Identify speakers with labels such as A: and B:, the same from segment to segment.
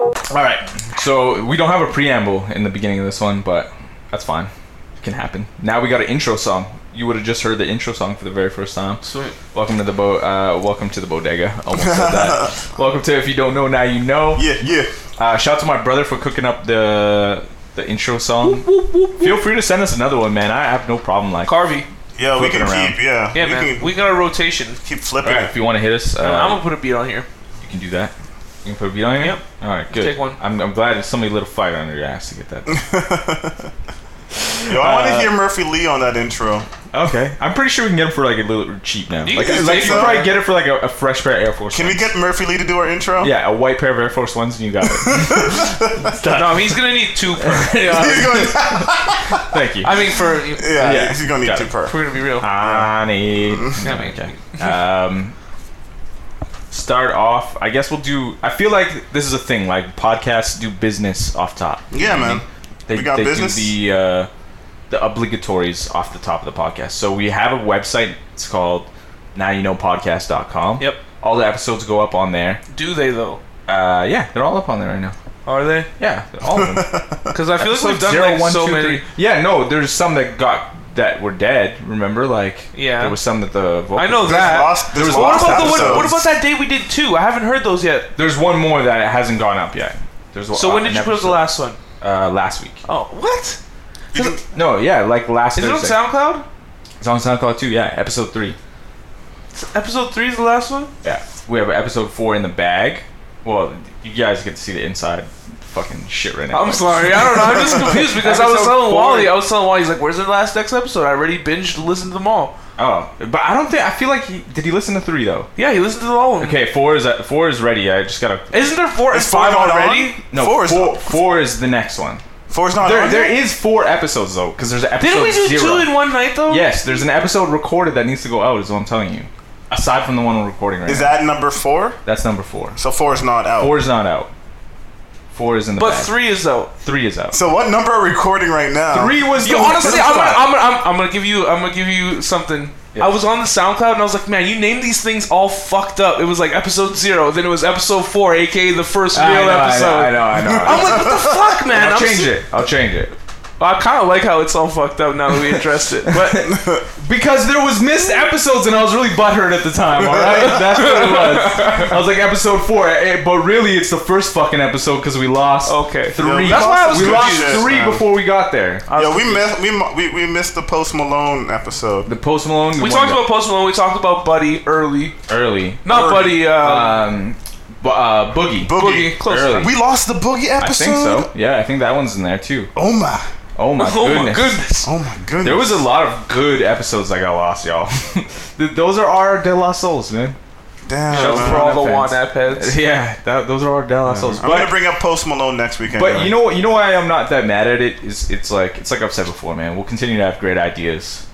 A: All right. So we don't have a preamble in the beginning of this one, but that's fine. It can happen. Now we got an intro song. You would have just heard the intro song for the very first time.
B: Sweet.
A: Welcome to the bo- uh, welcome to the bodega. Almost said that. welcome to if you don't know now you know.
B: Yeah, yeah.
A: Uh, shout out to my brother for cooking up the the intro song. Feel free to send us another one, man. I have no problem like.
C: Carvey.
B: Yeah, we
A: Flip it
B: can
A: around.
B: keep, yeah.
C: Yeah,
B: we
C: man.
B: can
C: We got a rotation.
B: keep flipping.
A: All right, if you want to hit us, uh,
C: I'm gonna put a beat on here.
A: you can do that. You can put a beat on here.
C: Yep.
A: All right, good.
C: Take one.
A: I'm, I'm glad that somebody lit a fire under your ass to get that.
B: Yo, I want to
A: Uh,
B: hear Murphy Lee on that intro.
A: Okay, Oh. I'm pretty sure we can get it for like a little cheap now.
C: You
A: like,
C: can
A: like
C: take
A: you can
C: it.
A: probably get it for like a, a fresh pair of Air Force.
B: Can we
A: Ones.
B: get Murphy Lee to do our intro?
A: Yeah, a white pair of Air Force Ones, and you got it.
C: No, he's gonna need two. Per.
B: He's going,
A: Thank you.
C: I mean, for
B: yeah,
A: Yeah.
B: he's gonna need
A: Got
B: two
A: it.
B: per.
C: if we're gonna be real.
A: I need.
C: Yeah, man.
A: Okay. Um, start off. I guess we'll do. I feel like this is a thing. Like podcasts do business off top.
B: Yeah, man.
A: They,
B: We got
A: they
B: business?
A: do the uh, the obligatories off the top of the podcast. So we have a website. It's called nowyouknowpodcast.com.
C: Yep.
A: All the episodes go up on there.
C: Do they though?
A: Uh, yeah, they're all up on there right now.
C: Are they?
A: Yeah, all of them.
C: Because I feel like
A: so
C: we've done
A: zero,
C: like
A: one,
C: so
A: two,
C: many.
A: three. Yeah, no, there's some that got that were dead. Remember, like
C: Yeah.
A: there was some that the vocal
C: I know
B: There's
C: that.
B: lost, there's
A: was-
C: What
B: lost
C: about the what, what
B: episodes.
C: about that day we did two? I haven't heard those yet.
A: There's one more that hasn't gone up yet. There's
C: So when did you put up the last one?
A: Uh, last week.
C: Oh, what?
B: You can-
A: No, yeah, like last.
C: Is it on
A: Thursday.
C: SoundCloud?
A: It's on SoundCloud too. Yeah, episode three.
C: Episode three is the last one.
A: Yeah, we have episode four in the bag. Well, you guys get to see the inside fucking shit right now.
C: I'm sorry, I don't know. I'm just confused because I was
A: Episode
C: telling
A: four.
C: Wally. I was telling Wally. He's like, "Where's the last next episode?" I already binged, listened to them all.
A: Oh, but I don't think I feel like he did. He listen to three though.
C: Yeah, he listened to all of them.
A: Okay, four is uh, four is ready. I just gotta.
C: Isn't there four and
B: Is four
C: five
B: not
C: already?
B: on?
A: No,
B: four
A: four
B: is
A: four,
B: not-
A: is the next one.
B: Four's not
A: There,
B: on
A: there
B: yet?
A: is four episodes though, because there's an episode
C: Didn't we do
A: zero.
C: two in one night though?
A: yes, there's an episode recorded that needs to go out. Is what I'm telling you. Aside from the one we're recording right
B: Is
A: now,
B: that number four?
A: that's number four.
B: So four is not out.
A: Four is not out. Four is in the
C: But
A: bag.
C: three is out.
A: Three is out.
B: So what number are we recording right now?
A: Three was
C: Yo,
A: the
C: honestly,
A: first
C: I'm gonna,
A: one.
C: I'm, gonna, I'm, I'm gonna give you, I'm gonna give you something.
A: Yeah.
C: I was on the SoundCloud and I was like, man, you named these things all fucked up. It was like episode zero, then it was episode four, aka the first real
A: I know, I
C: episode.
A: know, I know, I know. I know.
C: am like, what the fuck, man?
A: I'll
C: I'm
A: change
C: su-
A: it. I'll change it.
C: I kind of like how it's all fucked up now that we addressed it. But
A: Because there was missed episodes and I was really butthurt at the time, alright? That's what it was. I was like episode four, eh, eh, but really it's the first fucking episode because we lost
C: Okay.
A: three.
B: Yeah, that's
C: why I was
A: we lost
B: confused.
A: three
B: Yeah.
A: before we got there.
B: Yeah, we missed we, mo- we we missed the Post Malone episode.
A: The Post Malone. the
C: we
A: one
C: talked
A: that-
C: about Post Malone, we talked about Buddy early,
A: early.
C: not
B: Early.
C: Buddy, uh,
A: Um, bu- uh, Boogie.
C: Boogie, close
A: Early.
C: enough.
B: We lost the Boogie
A: I
B: episode.
A: think so. Yeah, I think that one's in there too.
B: Oh my.
A: Oh my
C: Oh
A: goodness.
C: my goodness.
B: Oh my goodness.
A: There was a lot of good episodes that got lost, y'all. Th- Those are our De La Souls, man.
B: Damn.
A: Shows
B: man.
C: For all the
A: Fans.
C: one app heads.
A: Yeah, that, those are our De La Souls.
B: I'm
A: But-
B: gonna bring up Post Malone next weekend.
A: But you know what? You know why I'm not that mad at it is it's like it's like I've said before, man. We'll continue to have great ideas,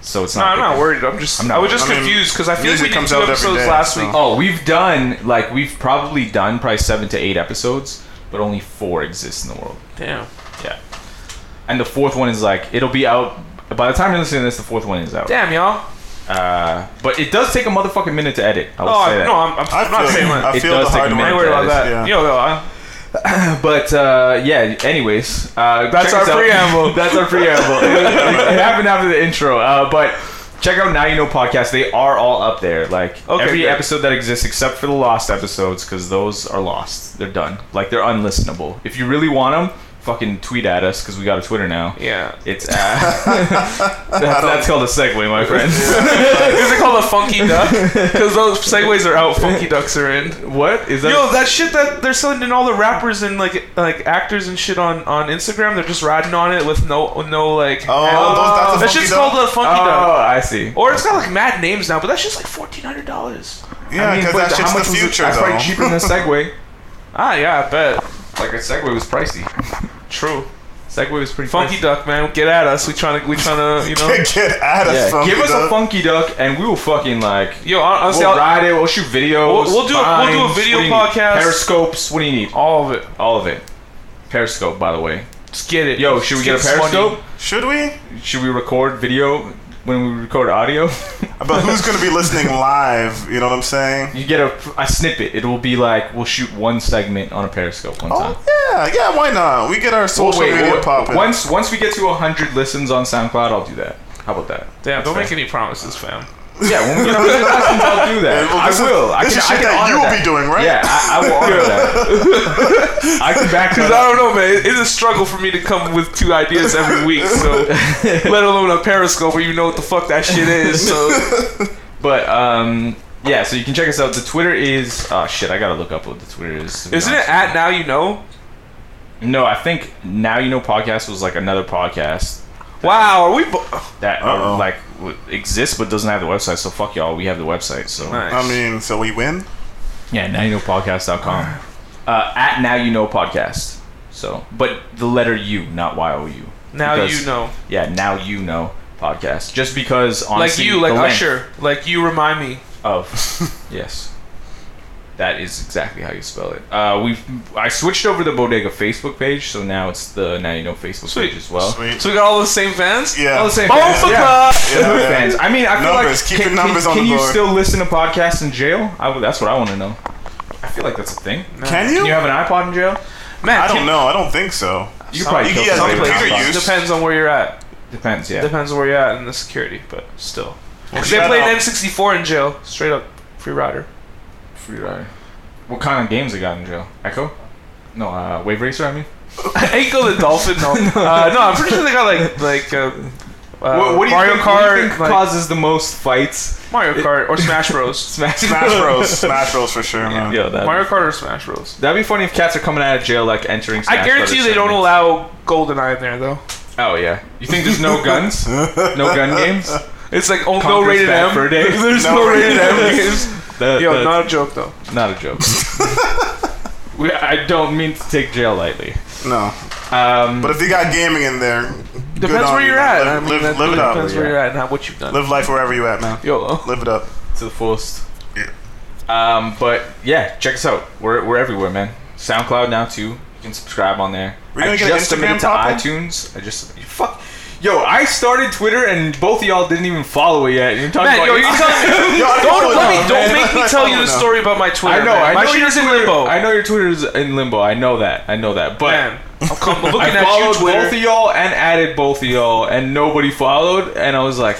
A: so it's
C: No,
A: not.
C: I'm not worried. I'm just.
A: I'm not
C: I was
A: worried.
C: just
B: I mean,
C: confused because I feel like
B: music
C: we did
B: comes
C: two
B: out every
C: episodes
B: day,
C: last
B: so-
C: week.
A: Oh, we've done like we've probably done probably seven to eight episodes, but only four exist in the world.
C: Damn.
A: Yeah, and the fourth one is like it'll be out by the time you're listening to this. The fourth one is out.
C: Damn, y'all.
A: Uh, but it does take a motherfucking minute to edit. I will
C: Oh,
A: say
C: I,
A: that.
C: no, I'm, I'm,
B: I
C: I'm not
B: feel,
C: saying
B: I
C: that.
A: It
B: feel
A: does
B: the
A: take
B: hard
A: a
B: work.
A: minute
C: I ain't worried about
A: does,
C: that. Yo, yo, I,
A: But uh, yeah. Anyways, uh,
C: That's
A: check
C: our
A: us out.
C: preamble.
A: That's our preamble. it, it- it happened after the intro. Uh, but check out Now You Know podcast. They are all up there. Like
C: Okay,
A: every
C: good.
A: episode that exists, except for the lost episodes, because those are lost. They're done. Like they're unlistenable. If you really want them, fucking tweet at us because we got a Twitter now.
C: yeah.
A: It's uh, that's, that's called a segue, my friend.
C: Is it called a funky duck? Because those segues are out. Funky ducks are in.
A: What is that?
C: Yo, that shit that they're selling in all the rappers and like like actors and shit on on Instagram, they're just riding on it with no no like.
B: Oh, those, that's a
C: that
B: funky
C: shit's
B: dog.
C: called a funky
A: oh,
C: duck.
A: I see.
C: Or it's got like mad names now, but that shit's like fourteen hundred dollars.
B: Yeah, because
A: but
B: that shit's
A: how much
B: the
A: was it-
B: future,
A: That's
B: though.
A: probably cheaper than a segue.
C: Ah, yeah, I bet.
A: Like a segue was pricey.
C: True.
A: Segue was pretty
C: Funky
A: pricey.
C: Duck, man, get at us. We trying to, we trying to, you know.
B: Get at us,
A: Yeah,
B: Funky
A: give us a
B: Duck.
A: funky duck, and we will fucking like.
C: Yo, hon- honestly,
A: We'll
C: I'll-
A: ride it. We'll shoot videos.
C: We'll- we'll do a- we'll do a
A: vines, what
C: video
A: do you need?
C: podcast.
A: Periscopes. What do you need?
C: all of it.
A: All of it. Periscope, by the way.
C: Just get it.
A: Yo, should we get a
C: Just money.
A: periscope?
B: Should we?
A: Should we record video when we record audio?
B: But who's gonna be listening live? You know what I'm saying?
A: you get a, a snippet. It will be like we'll shoot one segment on a periscope one time.
B: Oh yeah, yeah. Why not? We get our social
A: Wait,
B: media
A: wait,
B: popping.
A: once once we get to hundred listens on SoundCloud, I'll do that. How about that?
C: Damn, don't
A: fair.
C: make any promises, fam.
A: Yeah, when we get 100 lessons, I'll do that.
B: Yeah, well,
A: I
B: this is-
A: will. I
B: this
A: can,
B: is
A: I
B: shit
A: can
B: that
A: honor
B: you'll be doing, right?
A: Yeah, I, I will honor that. I can back
C: Because
A: that
C: I
A: up.
C: don't know, man. It- It's a struggle for me to come with two ideas every week. So, let alone a Periscope where you know what the fuck that shit is. So,
A: But um, yeah, so you can check us out. The Twitter is oh shit, I gotta look up what the Twitter is. to be
C: isn't it
A: honest.
C: at now? You know?
A: No, I think now you know podcast was like another podcast
C: Wow, are we? Bo-
A: that
B: Uh-oh.
A: uh, like w- exists but doesn't have the website. So fuck y'all, we have the website. So
C: Nice.
B: I mean, so we win.
A: yeah, now you know podcast.com. Uh, at now you know podcast. So, but the letter U, not Y O U.
C: now
A: Because-
C: you know.
A: Yeah, now you know podcast. Just because
C: Like
A: honestly,
C: you, like
A: the length
C: Usher, like you remind me.
A: of yes, that is exactly how you spell it. Uh, we I switched over the Bodega Facebook page, so now it's the now you know Facebook
C: Sweet.
A: page as well.
B: Sweet.
C: So we got all the same fans.
B: Yeah.
A: All the same
C: Boom
A: fans.
C: for
A: Yeah.
C: club.
B: Yeah, yeah.
A: Fans. I mean, I feel
B: Numbers.
A: like
B: Keep
A: can,
B: your numbers
A: can,
B: on
A: can
B: the
A: you
B: board.
A: still listen to podcasts in jail? I would- that's what I want to know. I feel like that's a thing.
B: Can
A: Can
B: you?
A: you have an iPod in jail?
C: Man,
B: I
C: can-
B: don't know. I don't think so.
A: You could probably
B: Some-
A: kill
B: yeah,
A: somebody
C: Some
A: with an
B: computer
A: iPod.
B: use.
C: Depends on where you're at.
A: Depends. Yeah.
C: Depends on where you're at and the security, but still. If they
B: shout
C: played
B: out.
C: M64 in jail, straight up free rider.
A: Free ride. What kind of games they got in jail? Echo? No, uh, Wave Racer. I mean.
C: Echo the Dolphin. No, uh, no, I'm pretty sure they got like like uh, uh,
A: what, what do you
C: Mario
A: think, what do
C: Kart,
A: you think
C: like,
A: causes the most fights?
C: Mario Kart or Smash Bros.
A: Smash,
B: Smash Bros. Smash Bros. for sure, man.
A: Yo, that
C: Mario Kart or Smash Bros.
A: That'd be funny if cats are coming out of jail like entering. Smash
C: I guarantee you
A: Brothers
C: they don't
A: tournaments.
C: allow GoldenEye in there though.
A: Oh yeah. You think there's no guns? no gun games?
C: It's like oh, no
A: Conker's
C: rated
A: Bad
C: M.
A: Fur Day.
C: There's no,
B: No
C: rated
B: rated
C: M
B: M.
C: games.
A: That-
C: Yo,
A: that's
C: not a joke though.
A: not a joke. we, I don't mean to take jail lightly.
B: No,
A: Um,
B: but if you got gaming in there, good
C: Depends
B: on
C: where
B: you,
C: you're
B: man.
C: at. I
B: Live,
C: mean,
B: live,
C: that
B: live it up.
C: depends where
A: yeah.
C: you're at and how, what you've done.
B: Live life wherever you at, man.
C: Yo,
B: Live it up.
A: to the fullest.
B: Yeah.
A: Um, but yeah, check us out. We're, we're everywhere, man. SoundCloud now too. You can subscribe on there.
B: We're gonna
A: I
B: get an
A: just submitted
B: Instagram
A: to
B: pop-up?
A: iTunes. I just fuck. Yo, I started Twitter and both of y'all didn't even follow it yet. You're talking
C: man,
A: about
C: yo, you're telling me.
B: Yo, I
C: Don't,
B: follow
C: let
B: now,
C: me, don't
B: man.
C: make me
B: I
C: tell you
B: follow
C: the
B: now.
C: story about my Twitter.
A: I know.
C: man.
A: I
C: my
A: know
C: shit
A: your
C: is in
A: Twitter.
C: limbo.
A: I know your Twitter's in limbo. I know that. I know that. But
C: Man, I'm, com- I'm
A: I
C: looking at you,
A: followed
C: Twitter.
A: both of y'all and added both of y'all, and nobody followed. And I was like,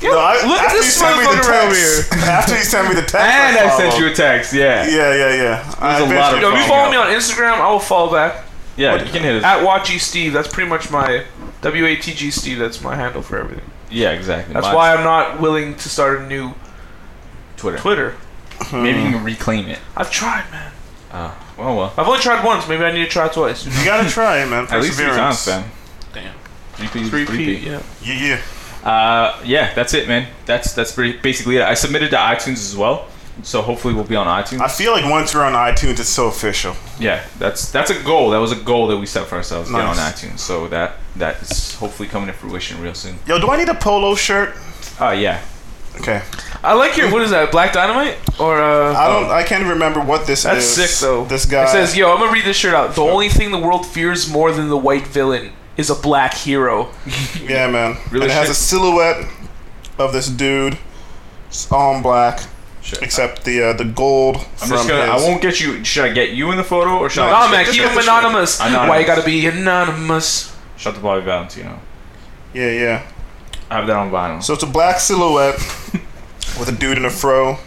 C: Yo,
B: No, I,
C: look at
B: after
C: this
B: you sent me the
C: motherfucker over here.
B: text- After you sent me the text,
A: and I sent
B: followed.
A: you a text. Yeah,
B: Yeah, yeah, yeah. I
A: a
B: bet
A: lot of
C: Yo, if you
A: Fuck
C: follow
A: up.
C: me on Instagram, I will follow back.
A: yeah. you can hit us.
C: At Watchy Steve, that's pretty much my W A T G Steve. That's my handle for everything.
A: yeah, exactly.
C: That's why I'm not willing to start a new
A: Twitter.
C: Twitter. Mm.
A: Maybe you can reclaim it.
C: I've tried, man.
A: Uh, well, well.
C: I've only tried once. Maybe I need to try twice.
B: You gotta try, man.
A: At least three times,
B: Perseverance.
A: fam.
C: Damn.
A: Three P's,
C: Three
A: three
C: P.
A: P.
C: Yeah.
B: Yeah, yeah.
A: Uh, yeah, that's it, man. That's that's pretty, basically it. I submitted to iTunes as well, so hopefully we'll be on iTunes.
B: I feel like once we're on iTunes, it's so official.
A: yeah, that's that's a goal. That was a goal that we set for ourselves. Get on
B: Nice.
A: iTunes, so that that is hopefully coming to fruition real soon.
B: Yo, do I need a polo shirt?
A: Uh, yeah,
B: Okay.
C: I like your what is that? Black Dynamite or uh?
B: I
A: Oh.
B: don't. I can't remember what this
C: That's
B: is.
C: sick though.
B: This guy.
C: It says, "Yo, I'm gonna read this shirt out. The only thing the world fears more than the white villain is a black hero."
B: Yeah, man. and
A: Really
B: it has
A: shit.
B: a silhouette of this dude. It's all in black,
A: sure.
B: except the uh, the gold
A: I'm
B: from
A: just gonna.
B: his.
A: I won't get you. Should I get you in the photo or should
B: No,
A: I?
C: Nah, man, keep him anonymous.
A: Anonymous.
C: Why you gotta be anonymous?
A: Shout to Bobby Valentino.
B: Yeah, yeah.
A: I have that on vinyl.
B: So it's a black silhouette with a dude in a fro,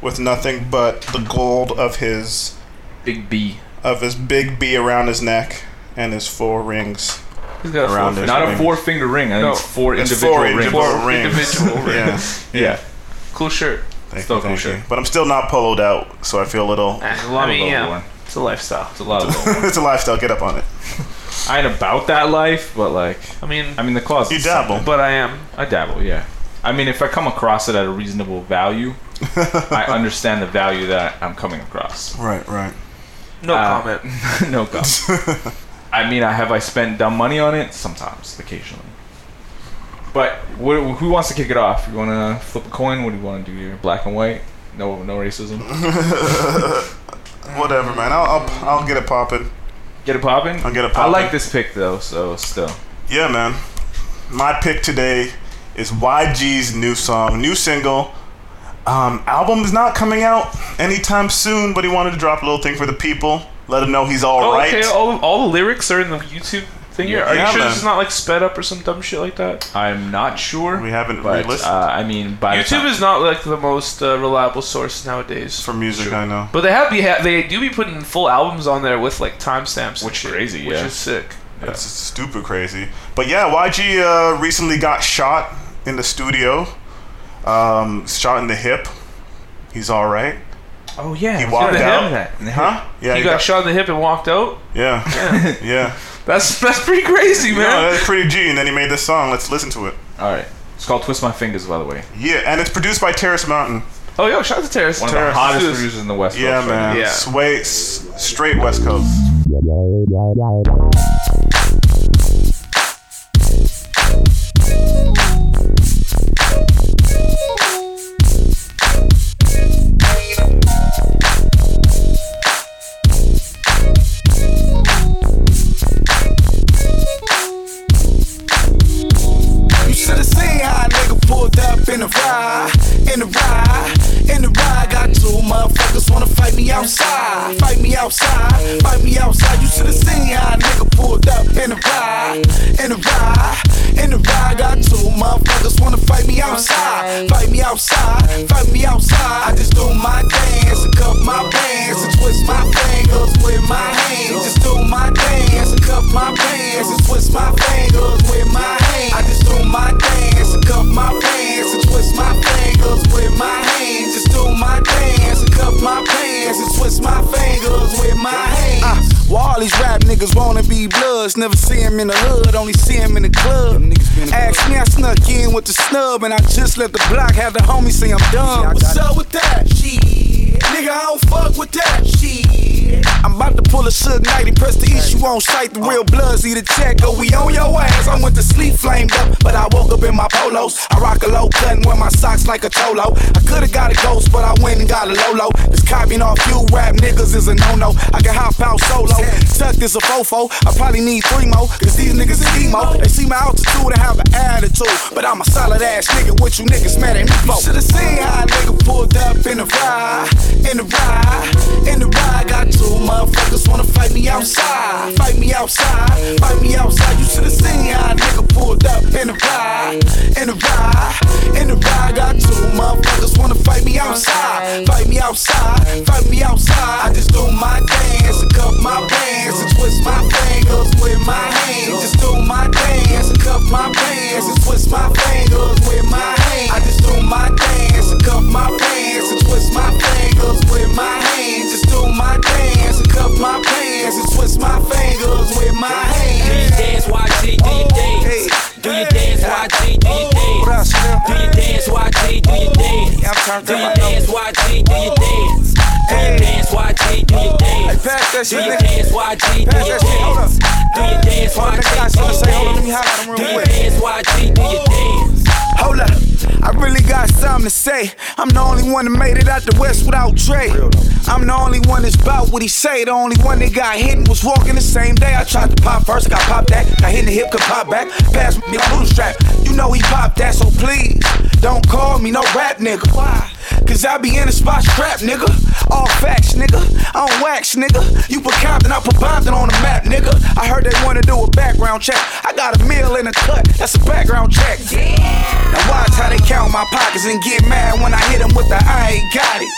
B: with nothing but the gold of his
A: Big B.
B: of his big B around his neck and his four rings.
C: He's got a
B: Around
C: full
B: it.
A: Not a
B: rings.
A: four finger ring. I think
C: No.
A: it's four
B: It's
A: individual
B: four
A: rings.
B: individual
C: Four
B: rings.
C: individual rings.
B: yeah.
A: Yeah.
C: Cool shirt.
B: Thank
A: Still
B: you, thank
A: kosher.
B: you. But I'm still not poloed out, so I feel a little.
C: There's a
A: I
C: lot of
A: mean,
C: logo
A: yeah.
C: on. It's a lifestyle.
A: It's a lot of logo.
B: it's a lifestyle. Get up on it.
A: I ain't about that life, but like,
C: I mean,
A: I mean, the closet.
B: You dabble.
C: but I am.
A: I dabble, yeah. I mean, if I come across it at a reasonable value, I understand the value that I'm coming across.
B: Right, right.
C: No
A: Uh,
C: comment.
A: no comment. I mean, I have I spent dumb money on it sometimes, occasionally. But what, who wants to kick it off? You want to flip a coin? What do you want to do here? Black and white? No, no racism.
B: Whatever, man. I'll, I'll I'll get it popping.
A: Get it popping.
B: I'll get it
A: I like
B: poppin'.
A: this pick though, so still.
B: Yeah, man. My pick today is YG's new song, new single. Um, album is not coming out anytime soon, but he wanted to drop a little thing for the people. Let them know he's all
C: Oh,
B: right.
C: okay. All, all the lyrics are in the YouTube thing here. Are
B: Yeah,
C: you sure
B: man.
C: this is not like sped up or some dumb shit like that?
A: I'm not sure.
B: We haven't
A: but
B: re-listened.
A: uh, I mean, by the
C: YouTube
A: time-
C: is not like the most uh, reliable source nowadays.
B: for music, I know.
C: but they have be ha- they do be putting full albums on there with like timestamps, and
A: Which
C: shit,
A: crazy,
C: which
A: yeah.
C: is sick.
B: That's stupid crazy. But yeah, YG uh, recently got shot in the studio. Um, shot in the hip. He's all right.
C: Oh yeah,
B: He walked
C: the
B: out.
C: hip. That.
B: Huh? Yeah.
C: he got, shot in the hip and walked out.
B: Yeah.
C: Yeah.
B: yeah.
C: that's that's pretty crazy, man.
B: No, that's pretty G. And then he made this song. Let's listen to it.
A: All right. It's called Twist My Fingers, by the way.
B: Yeah, and it's produced by Terrace Mountain.
C: oh yo, shout out to Terrace.
A: One of the
C: Terrace.
A: hottest
C: Dude,
A: producers in the West.
B: Yeah,
A: Coast right
B: man.
A: now.
C: Yeah.
B: Sway, s- straight West Coast.
D: You should've seen how a nigga pulled up in the ride, in the ride, in the ride. Got two motherfuckers wanna fight me outside, fight me outside, fight me outside. You should've seen how a nigga pulled up in the ride, in the ride, in the ride. Got two motherfuckers wanna fight me outside, fight me outside, fight me outside. I just do my dance and cup my pants and twist my fingers with my hands. Just do my dance and cup my pants and twist my fingers with my hands. I just do my dance and cup my pants and twist my fingers with my hands. Just do my dance and cup my pants and twist my fingers with my hands. Uh, well, all these rap niggas wanna be bloods. Never see 'em in the hood, only see 'em in the club. Ask me, I snuck in with the snub and I just left the block. Had the homie say I'm dumb. What's up with that? Shit. Nigga, I don't fuck with that. Shit. I'm about to pull a Suge Knight and press the issue on sight. The real bloods need a check. Oh, we on your ass. I went to sleep flamed up, but I woke up in my polos. I rock a low cut and wear my socks like a cholo. I could've got a ghost, but I went and got a Lolo. This copying off you rap niggas is a no-no. I can hop out solo. Tucked is a fofo. I probably need three more, cause these niggas is emo. They see my altitude and have an attitude. But I'm a solid ass nigga, what you niggas mad at me for? Should've seen how a nigga pulled up in the ride, in the ride, in the ride. Got two motherfuckers wanna fight me outside, fight me outside, fight me outside. You should've seen how a nigga pulled up in the ride, in the ride, in the ride. Got two motherfuckers wanna fight me outside, fight me outside, fight me outside. I just do my dance and cup my pants and twist my fingers with my hands. Just do my dance and cup my pants and twist my fingers with my hands. I just do my dance and cup my pants and twist my fingers with my hands. Just do my dance and cup my pants and twist my fingers with my
E: Do you
D: hands.
E: dance,
D: Oh,
E: YG? Do you
D: Hey.
E: dance?
D: Oh,
E: Do you dance, YG? Do you
D: What up,
E: dance?
D: Slim?
E: Do you dance, YG? Do you
D: Oh, I'm
E: dance?
D: turned
E: Do you
D: up.
E: dance, YG? Do you dance? Do you dance, YG? Do you
D: Hey,
E: dance?
D: pass
E: Do
D: that shit,
E: you
D: nigga.
E: dance, YG? Do
D: Pass
E: you
D: that shit, hold up.
E: dance? Do you dance,
D: Hold on,
E: YG?
D: nigga, I
E: Do
D: saw
E: you
D: something. Hold on, let me holler
E: dance?
D: at him real
E: Do you
D: quick.
E: dance, YG? Do you dance?
D: Hold up, I really got something to say. I'm the only one that made it out the West without Dre. I'm the only one that's about what he say. The only one that got hit and was walking the same day. I tried to pop first, got popped that. Got hit in the hip, could pop back. Pass me a bootstrap. You know he popped that, so please don't call me no rap nigga. Why? Cause I be in the spot strapped, nigga. All facts, nigga. I don't wax, nigga. You put Compton, I put Compton on the map, nigga. I heard they wanna do a background check. I got a meal and a cut. That's a background check. Now watch how they count my pockets and get mad when I hit them with the I ain't got it.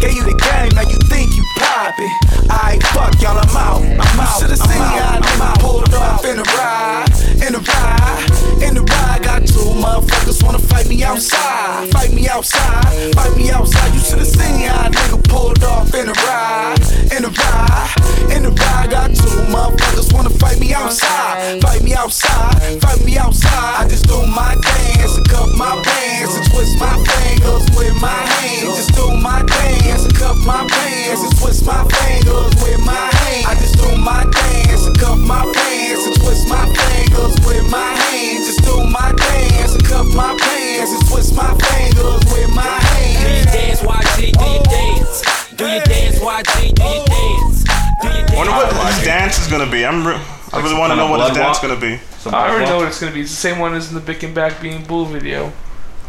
D: Gave you the game, now you think you poppin'. I fuck y'all, I'm out. I'm out. Should've seen how nigga pulled up in the ride, in the ride, in the ride. Got two motherfuckers wanna fight me outside, fight me outside, fight me outside. You should've seen how nigga pulled off in the ride, in the ride, in the ride. Got two motherfuckers wanna fight me outside, fight me outside, fight me outside. I just do my dance and cup my pants and twist my fingers with my hands. Just do my dance and cup my pants and twist my fingers with my hands. I just do my dance and cup my pants and twist my fingers with my hands. Just do my dance and cuff my pants and twist my fingers with my
E: Do you
D: hands.
E: dance, YG? Do you dance? Do you dance, YG? Do you dance? Do you
B: Wonder
E: dance?
B: what his dance is gonna be. I'm. Re- I really
A: some
B: want to
A: kind
B: know
A: of
B: what his
A: blood
B: dance
A: walk?
B: gonna be.
A: Some
C: I already
A: black
C: know
A: wall.
C: what it's gonna be. It's the same one as in the Bick and Back Being Blue video,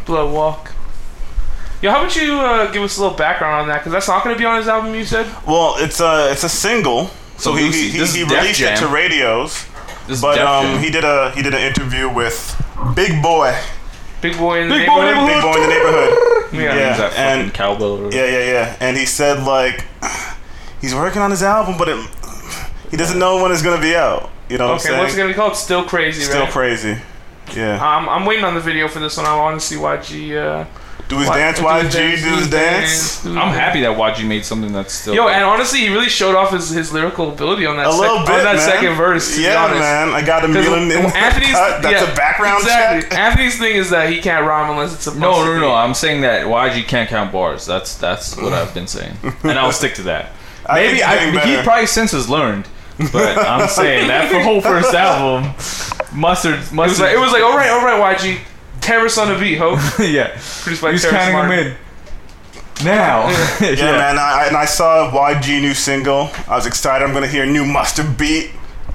C: Blood Walk. Yo, how about you uh, give us a little background on that? Because that's not gonna be on his album. You said.
B: Well, it's a it's a single. So,
A: So
B: he
A: Lucy,
B: he,
A: this
B: he
A: is Def
B: released it to
A: Jam.
B: radios,
A: This is
B: but
A: Def
B: um
A: Jam.
B: he did a he did an interview with Big Boy,
C: Big boy in the
A: Big boy in the
C: neighborhood.
B: Big Boy in the neighborhood.
C: yeah.
B: yeah,
A: Is that
B: and-
A: fucking cowbell. Or
B: Yeah, yeah, yeah. And he said like he's working on his album, but it, he doesn't know when it's gonna be out. You know what
C: Okay,
B: I'm
C: what's it
B: saying?
C: gonna be called? Still crazy,
B: Still
C: right?
B: crazy. Yeah.
C: um, I'm waiting on the video for this one. I want to see YG. Uh,
B: Do his
C: why-
B: dance,
C: do
B: YG.
C: his dance,
A: E
B: Do
C: do
B: his
C: his
B: dance.
C: dance.
A: I'm happy that YG made something that's still.
C: yo, and honestly, he really showed off his, his lyrical ability on that
B: A
C: sec-
B: little bit,
C: on that
B: man.
C: second verse. To be
B: yeah,
C: honest.
B: man. I got him
C: Because
B: kneeling in.
C: Anthony's
B: That's
C: yeah,
B: a background
C: exactly.
B: check.
C: Anthony's thing is that he can't rhyme unless it's a
A: no, no, no, no. I'm saying that YG can't count bars. That's that's what I've been saying, and I'll stick to that.
B: I think
A: Maybe
B: he's
A: I,
B: getting better.
A: he probably since has learned, but I'm saying that for whole first album, mustard,
C: It was
A: mustard.
C: like it was like all right, all right, YG, terrace on the beat, ho.
A: yeah.
C: Produced by
A: He's
C: Terrace
A: counting
C: Martin.
A: them in now. yeah,
B: Yeah, man. I, I- and I saw YG new single. I was excited. I'm gonna hear new mustard beat.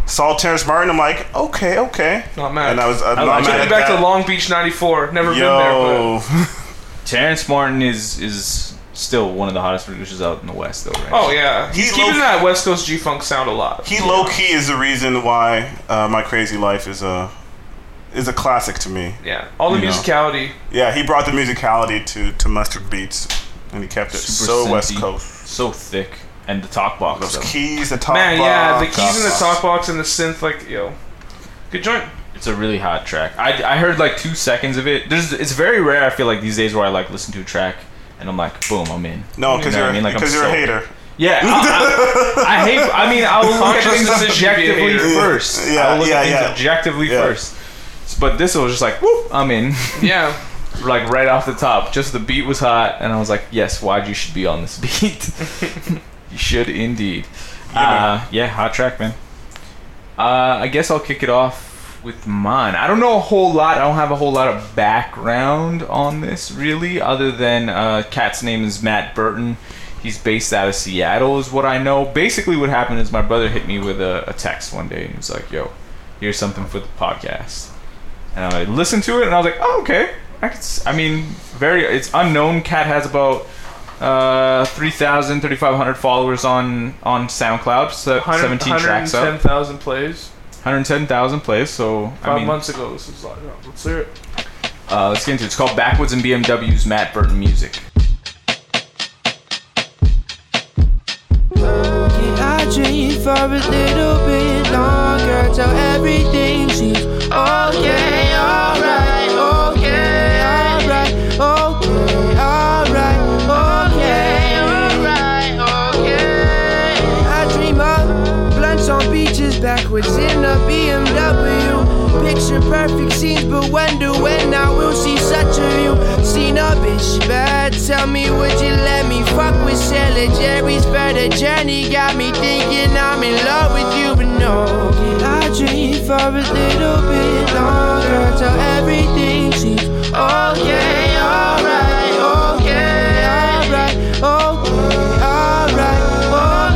B: Saw Terrence Martin. I'm like, okay, okay.
C: Not mad.
B: And I was I'm
A: I
B: not
A: like
B: mad
A: it.
B: at
C: Get back
B: that.
C: to Long Beach '94. Never
B: Yo,
A: Terrence Martin is is still one of the hottest producers out in the West, though, right?
C: been there, but oh yeah, he's
B: He
C: keeping
B: low-
C: that West Coast G Funk sound alive.
B: he low key is the reason why uh, my crazy life is a is a classic to me.
C: Yeah, all the
A: You know.
C: musicality.
B: Yeah, he brought the musicality to to mustard beats, and he kept it
A: Super
B: so West
A: synthy.
B: Coast.
A: so thick, and the talk box.
B: Those
A: though.
B: keys, the top
C: Man, yeah, the
B: box.
C: keys in the
A: box.
C: talk box and the synth, like yo, good joint.
A: It's a really hot track. I, I heard like two seconds of it. There's it's very rare. I feel like these days where I like listen to a track and I'm like, boom, I'm in.
B: No, because
A: You
B: you
A: know what
B: are
A: I mean? Like, I'm
B: because you're a
A: so-
B: hater.
A: Yeah, I, I, I hate. I mean, I'll look at
C: Conscious
A: things
C: decision to be a
A: objectively
C: hater.
A: first.
B: Yeah,
A: I'll look
B: yeah,
A: at things
B: yeah.
A: objectively
B: Yeah.
A: first. But this was just like, whoop, I'm in.
C: Yeah,
A: like right off the top. Just the beat was hot, and I was like, yes, YG should be on this beat. you should indeed. Uh, yeah, hot track, man. Uh, I guess I'll kick it off with mine. I don't know a whole lot. I don't have a whole lot of background on this, really, other than uh, Cat's name is Matt Burton. He's based out of Seattle, is what I know. Basically, what happened is my brother hit me with a, a text one day, and he was like, yo, here's something for the podcast and I listened to it, and I was like, "Oh, okay." I, could, s- I mean, very. It's unknown. Cat has about uh, 3,000, 3,500 followers on on SoundCloud. So
C: 100,
A: 17 tracks up,
C: 110,000 plays.
A: 110,000 plays. So
C: Five
A: I mean,
C: months ago, this was like, oh, let's hear it.
A: uh, let's get into it. It's called Backwoods and BMW's Matt Burton music.
F: Can I dream for a little bit longer till everything seems okay, alright, okay, alright, okay, alright, okay, alright, okay. I dream of blunts on beaches backwards in a BMW. Picture perfect scenes, but wonder when I will see such a view. Seen a bitch bad, tell me would you let me fuck with Sailor Jerry's better journey? Got me thinking I'm in love with you, but no. Can I dream for a little bit longer till everything seems okay, alright, okay, alright, okay, alright,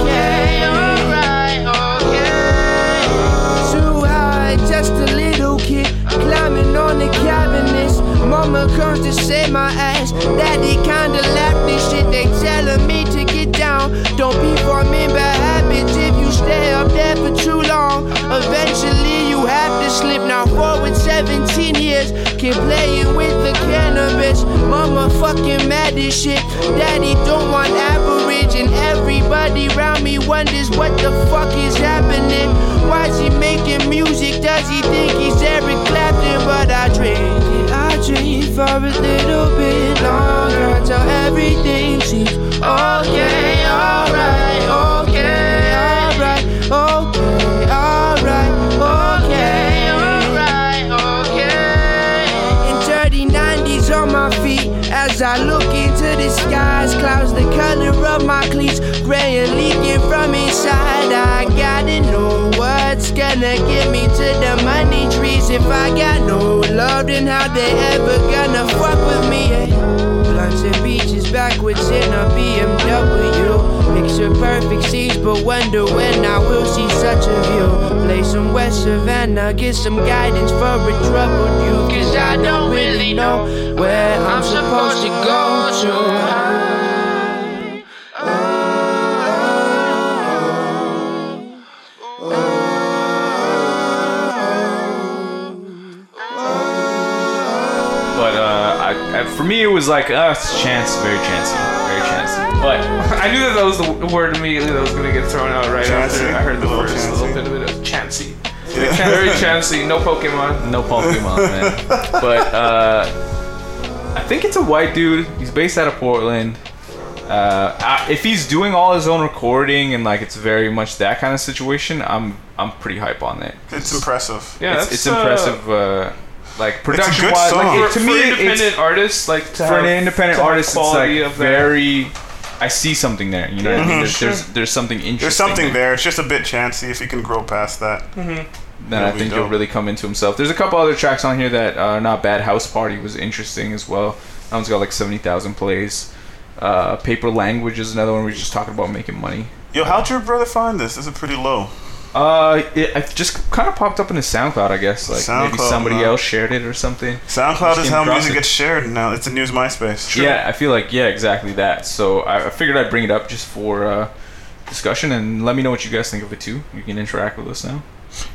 F: okay, alright, okay. Too high, just a little kid climbing on the cabinets. Mama comes to save my ass. Daddy kinda laughed and shit. They telling me to get down. Don't be forming bad habits if you stay up there for too long. Eventually you have to slip. Now forward 17 years, keep playing with the cannabis. Mama fucking mad as shit. Daddy don't want average, and everybody round me wonders what the fuck is happening. Why's he making music? Does he think he's Eric Clapton? But I dream, I dream for a little bit longer till everything seems okay, alright, okay, alright, okay, alright, okay, alright, okay. In dirty 90s on my feet as I look into the skies, clouds the color of my cleats, gray and leaking from inside. I gotta know what's gonna get me to the money trees. If I got no love, then how they ever gonna fuck with me? eh? Blunts and beaches backwards in a BMW. Picture perfect seas, but wonder when I will see such a view. Play some West Savannah, get some guidance for a troubled youth. Cause I don't really know where I'm supposed to go to.
A: But uh, I, I, for me, it was like, uh, it's chance, very chancy, very chancy. But
C: I knew that that was the w- word immediately that was gonna get thrown out right
B: Chansey?
C: after I heard the
B: A little
C: first little
B: Chansey?
C: bit of it. of Chansey.
B: Yeah.
C: Very Chansey. No Pokemon.
A: no Pokemon, man. But uh, I think it's a white dude. He's based out of Portland. Uh, I, if he's doing all his own recording and like it's very much that kind of situation, I'm I'm pretty hype on that.
B: It's impressive.
C: Yeah,
A: It's,
C: that's,
A: it's
C: uh,
A: impressive, uh, like
B: good
A: production wise.
B: song.
A: Like, it-
C: for,
A: to me,
C: for
A: it's,
C: independent artists, like to
A: for
C: have-
A: an independent
C: to have
A: artist, it's
C: quality
A: like
C: of their-
A: very. I see something there. You know, what I mean? there's, there's there's something interesting.
B: Mm-hmm. There's something there. It's just a bit chancy if you can grow past that.
A: Then
B: Yeah,
A: I
B: we
A: think
B: don't.
A: he'll really come into himself. There's a couple other tracks on here that are not bad. House Party was interesting as well. That one's got like seventy thousand plays. Uh, Paper Language is another one we were just talking about making money.
B: Yo, how'd your brother find this? This is pretty low.
A: Uh, it, it just kind of popped up in his SoundCloud, I guess. Like maybe
B: SoundCloud,
A: somebody
B: huh?
A: else shared it or something.
B: SoundCloud
A: Just
B: is
A: came
B: how
A: across
B: music
A: it.
B: gets shared now. It's the news MySpace.
A: Yeah, I feel like yeah, exactly that. So I, I figured I'd bring it up just for uh, discussion and let me know what you guys think of it too. You can interact with us now.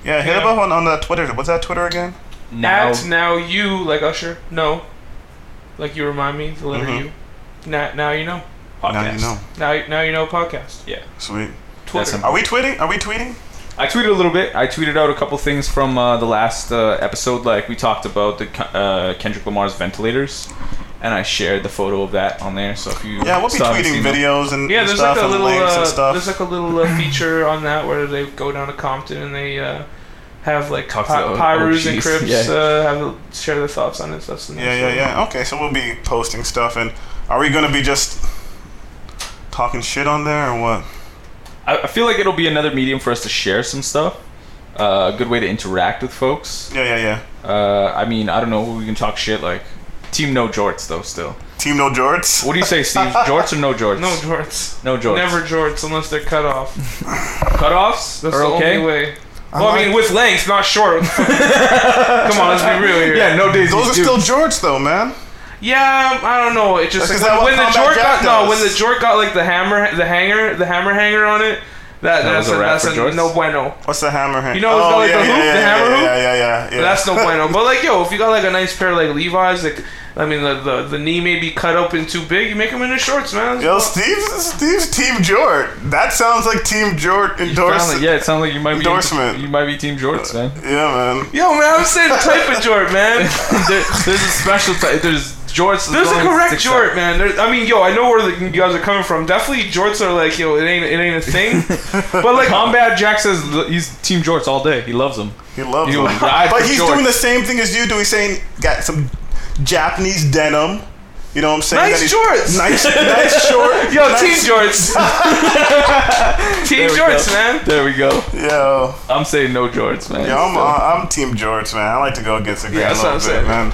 B: Yeah, hit
C: Yeah.
B: up on, on that Twitter. What's that Twitter again?
A: Now,
C: At now you like Usher. No, like you remind me the letter
B: Mhm.
C: U. Now now you know.
B: Now you
A: podcast.
B: know.
C: Now now you know podcast.
A: Yeah.
B: Sweet.
A: That's
C: Twitter.
A: a-
B: Are we tweeting? Are we tweeting?
A: I tweeted a little bit. I tweeted out a couple things from uh, the last uh, episode. Like we talked about the Ke- uh, Kendrick Lamar's ventilators, and I shared the photo of that on there. So if you
B: Yeah, we'll be
A: still haven't
B: tweeting
A: seen them-
B: videos and,
C: Yeah,
B: and
C: there's
B: stuff
C: like a
B: and
C: little
B: links
C: uh,
B: and stuff.
C: there's like a little uh, feature on that where they go down to Compton and they uh, have like
A: Talk to
C: pi-
A: the
C: Pyrus and
A: OGs,
C: Crips
A: yeah.
C: uh, have share their thoughts on it. That's the next
B: yeah, yeah,
C: one.
B: yeah. Okay, so we'll be posting stuff. And are we going to be just talking shit on there or what?
A: I, I feel like it'll be another medium for us to share some stuff. Uh, a good way to interact with folks.
B: Yeah, yeah, yeah.
A: Uh, I mean, I don't know. We can talk shit like Team No Jorts though. Still,
B: Team No Jorts?
A: what do you say, Steve? Jorts or no Jorts?
C: No jorts.
A: no Jorts.
C: Never jorts unless they're cut off.
A: cutoffs.
C: That's
A: are
C: the
A: okay.
C: only way. well, I mean,
B: like-
C: with length, not short. Come on, let's be real here.
A: Yeah, no daisies.
B: Those are
A: dude.
B: still Jorts though, man.
C: Yeah, I don't know. It just
B: That's
C: like,
B: 'cause that
C: when,
B: what
C: the
B: Combat
C: jort
B: Jack
C: got no, when the
B: does.
C: jort got like the hammer, the hanger, the hammer hanger on it. That, that's
A: was a
C: a,
A: wrap
C: that's
A: for
C: a
A: jorts?
C: no bueno.
B: What's the hammer hand? Oh,
C: You know, it's got, like, the hoop, the hammer
B: yeah,
C: hoop?
B: Yeah, yeah, yeah. yeah.
C: That's no bueno. But like, yo, if you got like a nice pair of like Levi's, like I mean, the the, the knee may be cut up and too big. You make them into shorts, man.
B: Yo, Steve's, Steve's Team Jort. That sounds like Team Jort
A: You sound
B: endorsement.
A: like- yeah, it sounds like you might be
B: Endorsement.
A: you might be Team Jorts, man.
B: yeah, man.
C: Yo, man, I'm saying type of jort, man.
A: there, there's a special type. There's jorts.
C: There's a
A: only
C: correct
A: six
C: jort,
A: types.
C: man. There, I mean, yo, I know where the, you guys are coming from. Definitely, jorts are like, yo, it ain't it ain't a thing. but like,
A: Combat Jack says l- he's team jorts all day. He loves them.
B: He loves
A: You
B: them.
A: ride
B: But
A: for
B: he's
A: Jort.
B: doing the same thing as you do. He's saying, got some Japanese denim. You know what I'm saying?
C: Nice
B: he's-
C: jorts.
B: Nice, nice short.
C: yo,
B: nice,
C: team jorts, team
A: There we
C: jorts,
A: go.
C: man.
A: There we go.
B: Yo,
A: I'm saying no jorts, man.
B: yo I'm, uh,
A: Still.
B: I'm Team Jorts, man. I like to go against the grain
C: Yeah,
B: a
C: that's
B: little bit,
C: what
B: man.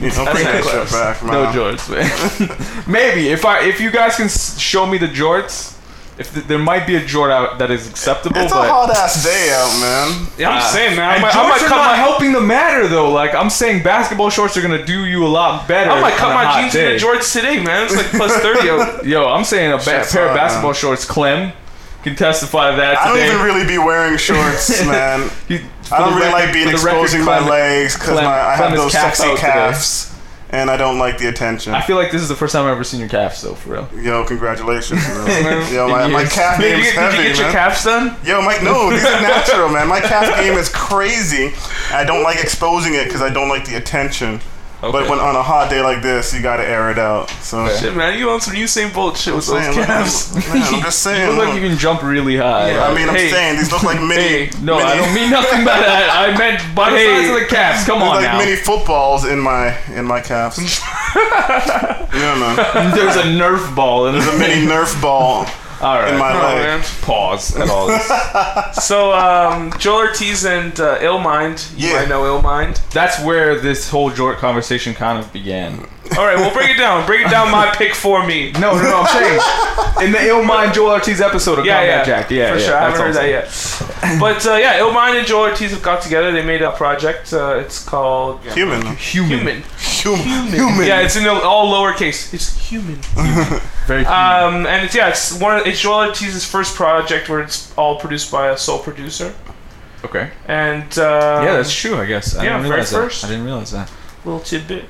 B: You know, bring that shit
A: class.
B: back, man.
A: no jorts, man. Maybe if I if you guys can s- show me the jorts, if th- there might be a jort out that is acceptable,
B: It's a
A: but.
B: hot ass day out, man.
C: Yeah, I'm
A: uh,
C: saying, man. I
A: and
C: might, I
A: jorts
C: might
A: are
C: cut
A: not
C: my
A: helping the matter though. Like I'm saying, basketball shorts are gonna do you a lot better.
C: I might
A: on
C: cut
A: a
C: my
A: hot
C: jeans
A: day.
C: into jorts today, man. It's like plus thirty out.
A: Yo, I'm saying a ba-
B: Shit's
A: pair of
B: hot,
A: basketball
B: man.
A: shorts. Clem can testify to that
B: I don't
A: today.
B: even really be wearing shorts, man.
A: You-
B: I
A: for
B: don't
A: the
B: really
A: record-
B: like being
A: for the record,
B: exposing my
A: Clem-
B: legs because
A: Clem-
B: I
A: Clem
B: have
A: is
B: those
A: calf
B: sexy
A: out today.
B: calves, and I don't like the attention.
A: I feel like this is the first time I've ever seen your calves, though, for real.
B: Yo, congratulations, man. Yo, my,
A: In
B: my
A: years.
B: calf
C: Did
B: game
C: you,
B: is
C: get- did you
B: heavy,
C: get your
B: man.
C: calves done?
B: Yo, Mike, no, these are natural, man. My calf game is crazy. I don't like exposing it because I don't like the attention. But when on a hot day like this, you gotta air it out. So
C: Shit, man, you on some Usain Bolt shit with those
B: saying, look-
C: calves.
B: man, I'm just
A: You
B: saying.
A: look like you can jump really high.
C: Yeah.
B: I mean, I'm
C: Hey.
B: saying these look like mini.
A: Hey, no, I
B: mini-
A: don't mean nothing by that. I meant by the
C: Hey.
A: size of the calves. Come
B: There's
A: on
B: like
A: now.
B: mini footballs in my in my calves. yeah, man.
A: There's a Nerf ball in
B: There's a mini Nerf ball
A: All right.
B: in my
C: Oh,
B: leg.
C: man.
A: Pause at all this.
C: So, um, Joel Ortiz and uh, Illmind. You
B: Yeah.
C: might know Illmind.
A: That's where this whole Jort conversation kind of began.
C: All right, well, break it down. Break it down my pick for me.
A: No, no, no, I'm saying in the Ill Mind Joel Ortiz episode of
C: Yeah,
A: Combat
C: yeah.
A: Jack. Yeah,
C: for
A: yeah,
C: sure. I
A: that's
C: haven't
A: all I'm
C: heard that
A: saying.
C: yet. But, uh, yeah, Illmind and Joel Ortiz have got together. They made a project. Uh, it's called
B: Human.
A: Human.
C: Human.
B: Human. Human.
C: Yeah, it's in all lowercase. It's human.
A: Very human.
C: Um, and it's, yeah, it's one. Of, it's Joel Ortiz's first project where it's all produced by a sole producer.
A: okay.
C: And uh,
A: Yeah, that's true, I guess. I
C: yeah,
A: didn't realize
C: very
A: that.
C: first.
A: I didn't realize that.
C: little tidbit.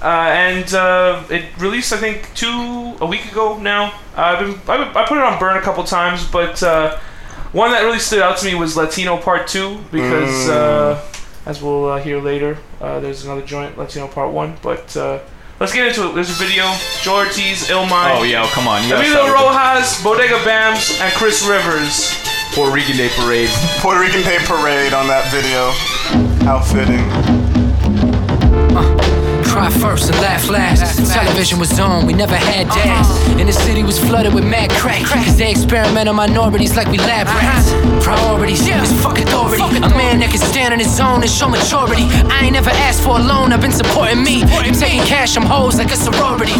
C: Uh, and uh, it released, I think, two a week ago now. I've been, I've been I put it on burn a couple times, but uh, one that really stood out to me was Latino Part Two because,
A: Mm.
C: uh, as we'll uh, hear later, uh, there's another joint Latino Part One. But uh, let's get into it. There's a video. Joel Ortiz, Illmind,
A: Oh, yeah, oh, come on. You gotta
C: Emilio
A: start with
C: Rojas, Bodega Bams, and Chris Rivers.
A: the Puerto Rican Day Parade.
B: Puerto Rican Day Parade on that video. How fitting.
G: Cry first and laugh last. Television was on, we never had dads. And the city was flooded with mad crack. Cause they experiment on minorities like we lab rats. Priorities, yeah. was fuck authority. A man that can stand on his own and show maturity. I ain't never asked for a loan, I've been supporting me. You taking cash, I'm hoes like a sorority.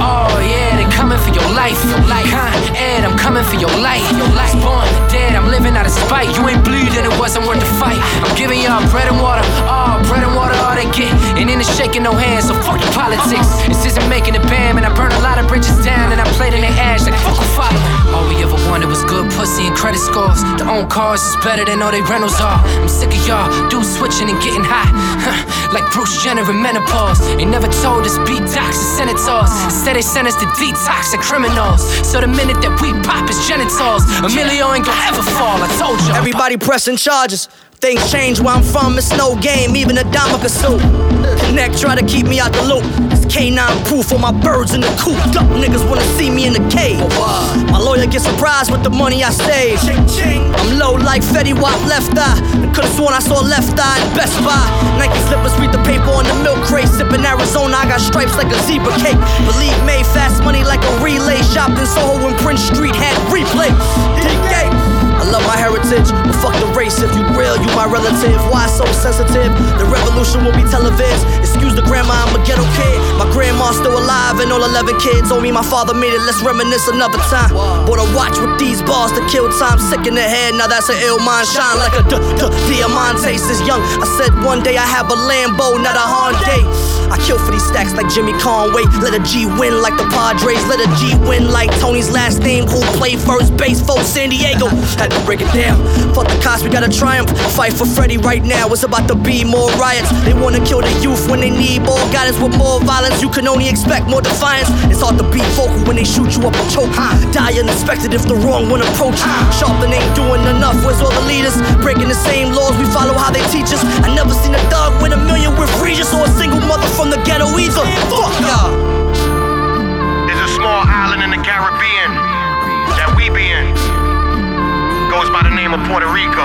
G: Oh yeah, they coming for your life. Con Ed, I'm coming for your life. Your life born dead, I'm living out of spite. You ain't bleeding, it wasn't worth the fight. I'm giving y'all bread and water, all bread and water, all they get. And in the shaking, no hands, so fuck the politics. This isn't making a bam, and I burn a lot of bridges down, and I played in the ash like fuck a fire. All we ever wanted was good pussy and credit scores. The own cars is better than all they rentals are. I'm sick of y'all, dudes switching and getting hot. like Bruce Jenner in menopause. They never told us beat docs and senators. Instead, they sent us to detox and criminals. So the minute that we pop is genitals, Emilio ain't gonna ever fall, I told y'all.
H: Everybody pressing charges. Things change where I'm from, it's no game, even a dime I could sue. Connect, try to keep me out the loop. It's K9 proof for my birds in the coop. Duck niggas wanna see me in the cave. My lawyer gets surprised with the money I saved. I'm low like Fetty Wap left eye. I could've sworn I saw left eye in Best Buy. Nike slippers read the paper on the milk crate. Sipping Arizona, I got stripes like a zebra cake. Believe me, fast money like a relay. Shopped in Soho and Prince Street had replay. DK. I love my heritage, but fuck the race. If you real, you my relative. Why so sensitive? The revolution will be televised. Excuse the grandma, I'm a ghetto kid. My grandma's still alive, and all 11 kids owe me. My father made it, let's reminisce another time. Bought a watch with these bars to kill time. Sick in the head, now that's an ill mind. Shine like a d- d- Diamante since young. I said one day I have a Lambo, not a Hyundai. I kill for these stacks like Jimmy Conway. Let a G win like the Padres. Let a G win like Tony's last name, who played first base for San Diego. Had to break it down. Fuck the cops, we gotta triumph. Fight for Freddie right now. It's about to be more riots. They wanna kill the youth when they need more guidance. With more violence, you can only expect more defiance. It's hard to be vocal when they shoot you up and choke. Die unexpected if the wrong one approach. Sharpton ain't doing enough. Where's all the leaders? Breaking the same laws, we follow how they teach us. I never seen a dog with a million with Regis or a single mother from the ghetto either. Fuck y'all.
I: is a small island in the Caribbean that we be in. Goes by the name of Puerto Rico.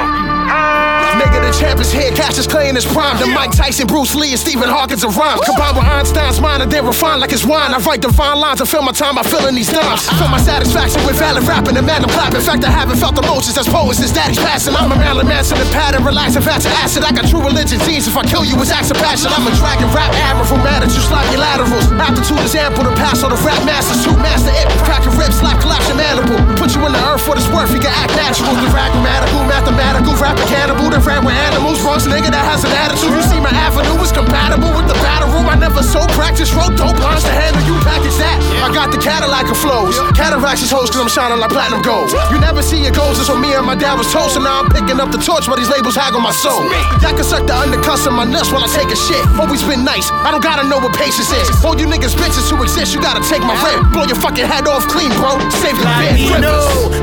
J: Nigga, the champ is here, Cassius Clay in his prime. Then Mike Tyson, Bruce Lee, and Stephen Hawkins of rhymes. Combined with Einstein's mind, and they're refined like it's wine. I write divine lines, I fill my time by filling these dimes. Fill my satisfaction with valid rapping and madam clap. In fact, I haven't felt emotions as poets since daddy's passing. I'm a Marilyn Manson and pattern, relax and fast acid. I got true religion, genes. If I kill you, it's acts of passion. I'm a dragon, rap admiral, man, that you slap your laterals. Aptitude is ample to pass on the rap masters. Two master it, crack your ribs, slap, collapse your mandible. Put you in the earth for this worth, you can act natural. The raggrammatical, mathematical, rapping cannibal, the rap with animals. Bronx nigga that has an attitude. You see, my avenue is compatible with the battle room. I never so practice, wrote dope lines to handle you, package that. I got the Cadillac of flows. Cadillac racks these hoes cause I'm shining like platinum gold. You never see your goals, that's what me and my dad was told. So now I'm picking up the torch while these labels hag on my soul. Y'all can suck the undercuss of my nuts while I take a shit. Always been nice, I don't gotta know what patience is. All you niggas bitches who exist, you gotta take my rent. Blow your fucking head off clean, bro. Save the bitch.
K: Latino.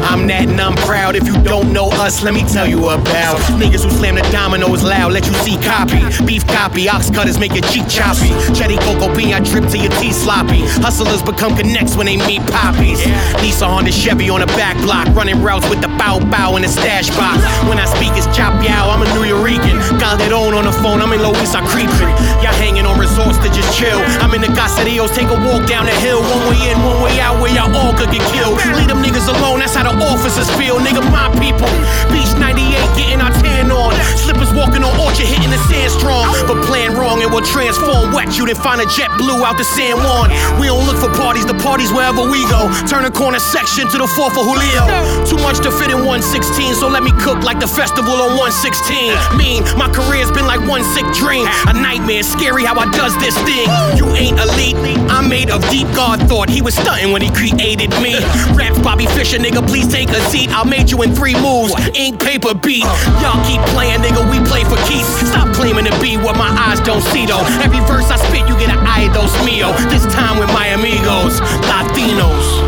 K: I'm that and I'm proud. If you don't know us, let me tell you about niggas who slam the dominoes loud. Let you see copy, beef copy, ox cutters make your cheek choppy. Chetty cocoa bean, I drip to your tea sloppy. Hustlers become connects when they meet poppies. Lisa on the Chevy on the back block, running routes with the bow bow in the stash box. When I speak, it's chop yow. I'm a New Yorican. Got that on on the phone. I'm in Louisa creeping. Y'all hanging on resorts to just chill. I'm in the Caserillos, take a walk down the hill. One way in, one way out, where y'all all could get killed. Leave them niggas alone, that's how the officers feel. Nigga, my people. Beach 98, getting our tan on. Slippers walking on orchard, hitting the sand strong. But playing wrong, it will transform wet you, then find a jet blue out the San Juan. We don't look for parties, the parties wherever we go. Turn the corner section to the 4th of Julio. Too much to fit in 116, so let me cook like the festival on 116. Mean, my career's been like one sick dream. A nightmare, scary how I does this thing. You ain't elite, I'm made of deep God thought. He was stunting when he created me. Raps Bobby Fisher, nigga, please take a seat. I made you in three moves, ink, paper, beat. Y'all keep playing, nigga, we play for keeps. Stop claiming to be what my eyes don't see, though. Every verse I spit, you get an eye, dos mio. This time with my amigos, Latinos.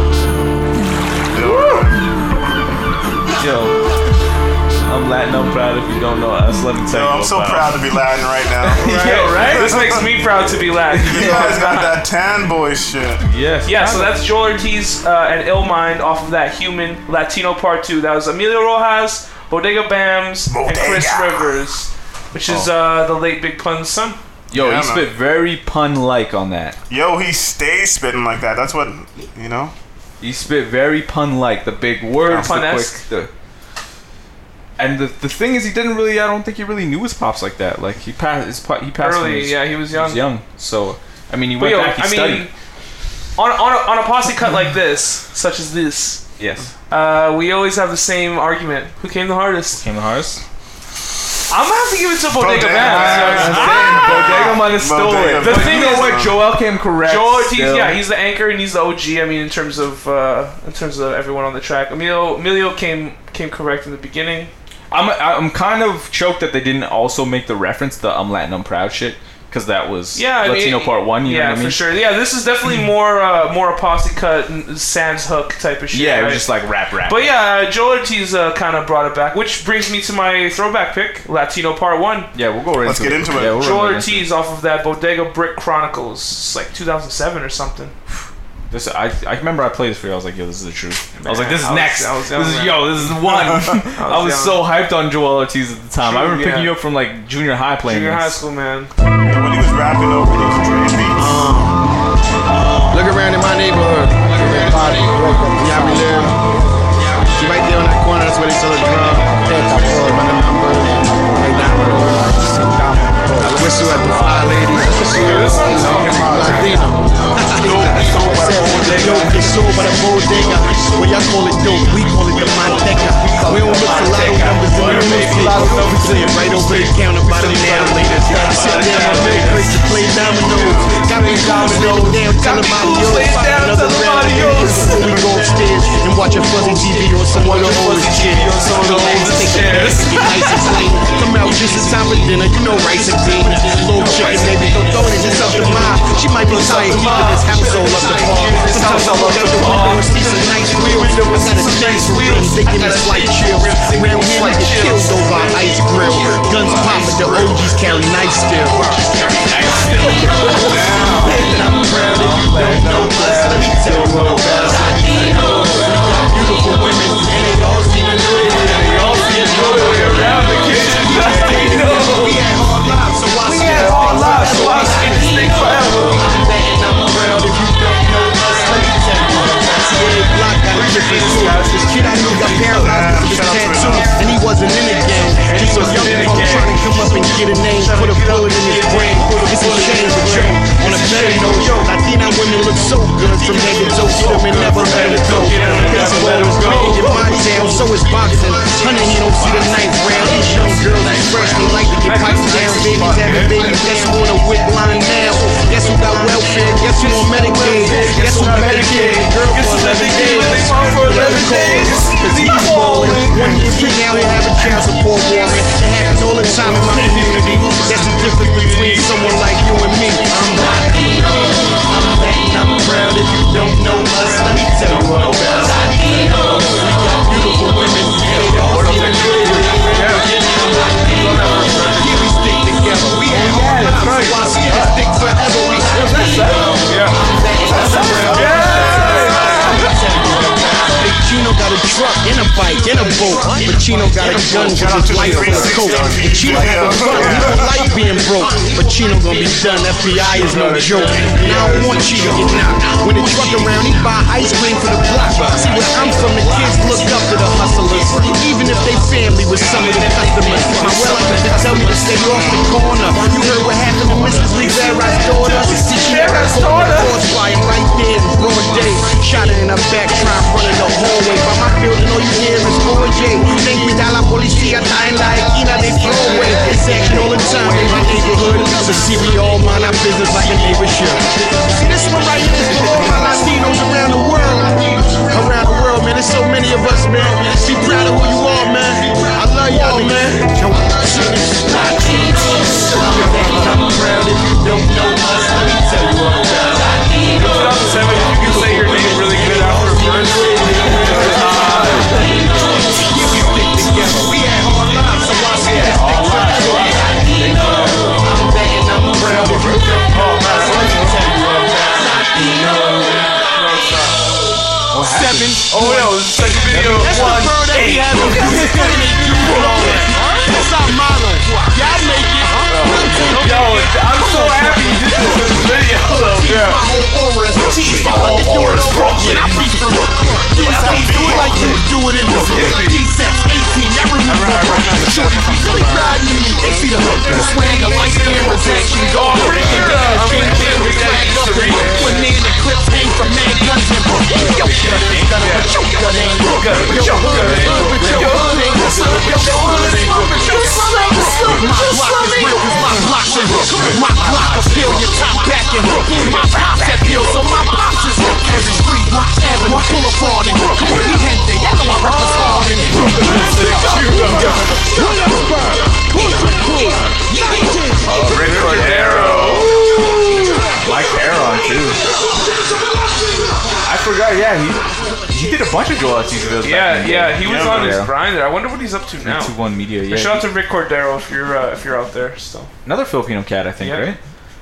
A: Yo, I'm Latin. I'm proud if you don't know us. Let me
B: Yo,
A: tell you.
B: I'm so
A: about it.
B: proud to be Latin right now.
C: Yo, right? This makes me proud to be Latin.
B: You guys got that tan boy shit.
A: Yes.
C: Yeah, so that's Joel Ortiz uh, and Ill Mind off of that Human Latino Part 2. That was Emilio Rojas, Bodega Bams, and Chris Rivers, which is
A: Oh.
C: uh, the late Big Pun's son.
A: Yo,
B: Yeah,
A: he
B: man.
A: spit very pun like on that.
B: Yo, he stays spitting like that. That's what you know.
A: He spit very pun like the big words, the
B: Pun-esque.
A: quick, the, and the the thing is, he didn't really. I don't think he really knew his pops like that. Like he passed his pa- he passed. when
C: Early, yeah, he was young.
A: young. So I mean, he went
C: But yo,
A: back. He
C: I
A: studied.
C: mean, on, on, a, on a posse cut like this, such as this,
A: yes.
C: uh, we always have the same argument. Who came the hardest?
A: Came the hardest?
C: I'm gonna have to give it to Bodega
A: Bodega
C: Bams.
A: Bams.
B: Ah!
A: Bodega might have stole it.
C: The
A: But
C: thing
A: you know
C: is,
A: what? Joel came correct
C: Ah! Joel Ortiz,
A: still.
C: yeah, he's the anchor and he's the OG. I mean, in terms of uh, in terms of everyone on the track, Emilio Emilio came came correct in the beginning.
A: I'm I'm kind of choked that they didn't also make the reference the I'm Latin, I'm proud shit because that was
C: Yeah, I mean,
A: Latino part one. You
C: yeah,
A: know what I mean?
C: for sure. Yeah, this is definitely more uh, more a posse cut, and Sans Hook type of shit.
A: Yeah, it was
C: right?
A: just like rap, rap.
C: But yeah, uh, Joel Ortiz uh, kind of brought it back, which brings me to my throwback pick, Latino Part One.
A: Yeah, we'll go right Let's into get it. into it. Yeah, we'll
C: Joel
A: run right into
C: Ortiz off of that Bodega Brick Chronicles, it's like 2007 or something.
A: This I, I remember I played this for you. I was like, yo, this is the truth. I was like, this is
C: Man, I was-
A: next.
C: I was young,
A: this is yo, this
C: man.
A: is the one.
C: I
A: I
C: was
A: was, so
C: young.
A: hyped on Joel Ortiz at the time. I
C: True,
A: remember picking
C: yeah.
A: you up from like junior high playing.
C: Junior high
A: this.
C: school, man.
B: when he was rapping over those Dre beats.
J: Look around in my neighborhood. Look around in my neighborhood. Yeah, we live. Right there on that corner, that's where they sell a drum. I whistle at the fly lady. Latino. Dope is sold by the bodega. Well, y'all call it dope, we call it the manteca. We don't mix a lot of numbers in the mix a lot of Brazilian right over the counter by the nail leaders. Sit down, my big place to play dominoes. Got me dominoes, damn, tell them I'm yours. Find another round of yours. Before we go upstairs and watch a fuzzy TV on someone who always shit. So I'm always thinking, this is nice and clean. Come out just in time for dinner, you know rice and beans. Little chicken, baby, don't throw it, it's up to mine. She might be tired, keeping this house all up to par. Sometimes I look out the window and see some nice wheels. I got a nice wheel, thinking it's like chill. Round here, I get killed over an ice grill. Guns popping, the OGs count nice still. I'm proud if you don't know us. Let me tell you all about us. We got beautiful women, and they all seem to know it. They all seem to know it. Around the kitchen, we had hard lives, so I had hard lives, so I stay stay forever. I'm betting I'm proud if you don't know us. Let me tell you all about us. Yeah, block got a different suit. This kid I knew got paralyzed with his tattoo, and he wasn't in the game. He's so young, I'm trying to come up and get a name. Put a bullet in his brain. It's a shame, but yo, on a better note, Latina women look so good from head to toe. Get 'em and never let it go. Baseball is big in my town, so is boxing. Honey, you don't see the ninth round. These young girls that's fresh, they like to get piped down. Babies having babies, guess who on a whip line now? Guess who got welfare? Guess who on Medicaid? Guess who got Medicaid? Girl, guess who Medicaid?
K: cause he's falling. One year free now, he have a child support warrant. It happens all the time in my community. That's the difference between someone like you and me. I'm Latino. I'm black and I'm proud. If you don't know us, let me tell you about Latino. We got beautiful women. They all look good. Yeah, we stick together. We have our lives. Why stick forever? We Latino. I'm black and I'm proud. Big Chino got a truck and a bike and a boat. But Chino got a gun with his life on his coat. And Chino got a gun. He don't like being broke. But Chino gonna be done. FBI is no joke. And I don't want Chino to get knocked. When the truck around, he buy ice cream for the block. See, where I'm from, the kids look up to the hustlers. Even if they family was some of the customers. My relatives would tell me to stay off the corner. You heard what happened to Mrs. Rivera's daughter? See, she had a horse flying right there in broad day. Shot it in her back, trying to run in the hallway. By my building, all you hear is 4J. Think me that la policía está en la esquina de Broadway. It's acting all the time in my neighborhood. So see, we all mind our business like a neighbor should. See, this one right here is for all my Latinos around the world. Around the world, man. There's so many of us, man. Be proud of who you are, man. I love y'all, man. Latinos, I'm back, I'm proud. If you don't know us, let me tell you all about Latinos.
C: you can say your name really good after a verse.
K: Seven. Oh no, it's like video. That's the bro that we have. That's gonna make you pull on it. That's not my line. Y'all make it. Yo, I'm so happy you did this video. Yeah. My whole aura is cheese. My whole aura is broken. I be from Yes, I be do it like you do it in this. D-Sex 18, never remember. Shorty, be really riding me. They see the look. The swag, the lights, the protection. Dog, break it down. Can't get me flagged up. When they in the clips hang from mad guns and bro. Yo, shut it. Gun it. Yo, gun it. Yo, gun it. Yo, gun it. Yo, gun it. Yo, gun it. Yo, gun it. Yo, gun it. My block is real, my block is real. My block will fill your top back and hook. My pops that feel, so my pops is hook. Every street, my avenue, boulevard and hook. We had the yellow, I represent in hook.
A: Uh, Rick Cordero. Like Aaron, too. I forgot, yeah, he he did a bunch of Joel Ortiz
C: Yeah, yeah, he was on his grinder. I wonder what he's up to now.
A: Two One Media, yeah.
C: Shout out to Rick Cordero if you're uh, if you're out there still.
A: Another Filipino cat, I think,
C: Yeah.
A: right?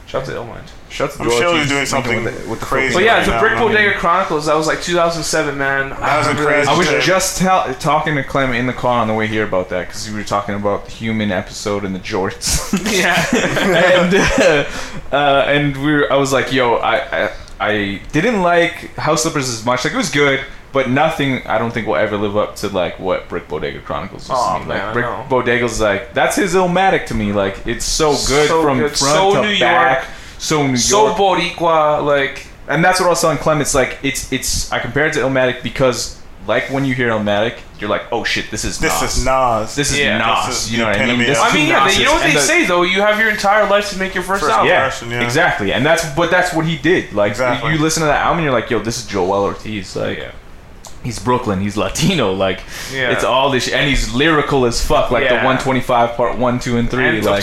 C: Shout out to Illmind.
A: Shout out to
C: I'm
A: Joel
C: sure
A: Ortiz
C: he's doing
A: linking with the- with the Filipino
C: But yeah,
A: cat.
C: the Brick Bodega Chronicles. That was like 2007, man. I
A: I
C: remember that.
A: was just tell- talking to Clem in the car on the way here about that because we were talking about the human episode and the jorts.
C: yeah.
A: and uh, uh, and we were, I was like, yo, I, I I didn't like House Slippers as much. Like it was good, but nothing. I don't think will ever live up to like what Brick Bodega Chronicles was
C: Aw,
A: to me.
C: man,
A: Like
C: I
A: Brick
C: know.
A: Bodega's like that's his Illmatic to me. Like it's so good
C: So
A: from
C: good,
A: front
C: so
A: to
C: New
A: back.
C: York,
A: so New
C: so
A: York,
C: Boricua, like.
A: And that's what I was telling Clem. It's like it's it's. I compared it to Illmatic because. Like when you hear Illmatic, you're like, "Oh shit, this is
B: This
A: Nas.
B: is Nas.
A: This is
B: Yeah.
A: Nas.
B: This is
A: you know
B: the
A: what I mean?
B: epitome
A: This
B: of-
A: is
C: I mean,
A: who
C: yeah,
A: Nas
C: they, you
A: is.
C: know what
A: And
C: they
A: the-
C: say though. You have your entire life to make your first, album.
A: yeah, exactly. And that's but that's what he did. Like
C: Exactly.
A: you listen to that album, and you're like, yo, this is Joel Ortiz. Like, he's Brooklyn, he's Latino. Like,
C: Yeah.
A: it's all this, sh- and he's lyrical as fuck. Like the
B: Yeah.
A: 125 part one, two, and three. like,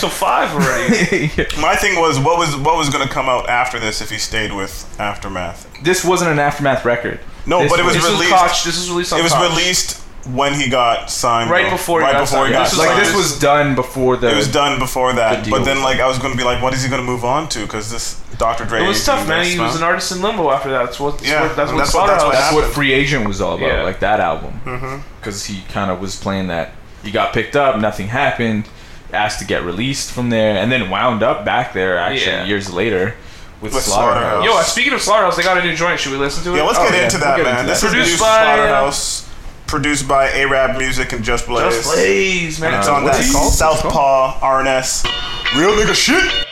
C: five already.
B: My thing was, what was what was gonna come out after this if he stayed with Aftermath?
A: this wasn't an aftermath record.
B: No,
A: This
B: but it was
A: this
B: released.
C: this was released.
A: on
B: it was
A: Koch.
B: released when he got signed.
A: Right
B: though.
A: before he
B: right
A: got
B: before he
A: signed.
B: got
A: This was
B: signed.
A: like- this was done before the.
B: It was done before that.
A: the
B: but
A: deal.
B: then, like, I was gonna be like, what is he gonna move on to? Because this Dr. Dre.
C: It was tough,
B: and
C: man.
B: this,
C: He was an artist in limbo after that. That's what.
B: Yeah,
C: Yeah, that's what.
B: that's
C: That's
B: what- that's what
A: That's what Free Agent was all about,
C: Yeah.
A: like that album.
C: Mhm.
A: Because he kind of was playing that. He got picked up, nothing happened, asked to get released from there, and then wound up back there actually
C: Yeah.
A: years later with,
B: With
A: Slaughterhouse.
C: Yo, speaking of Slaughterhouse, they got a new joint. Should we listen to it? Oh,
B: Yeah, let's get into that, man. This is
C: produced
B: produced
C: by uh,
B: Slaughterhouse, produced by Arab Music and Just Blaze.
C: Just Blaze, man.
B: And it's
C: Uh,
B: on
C: what's
B: that
C: it called?
B: Southpaw RNS. Real nigga shit.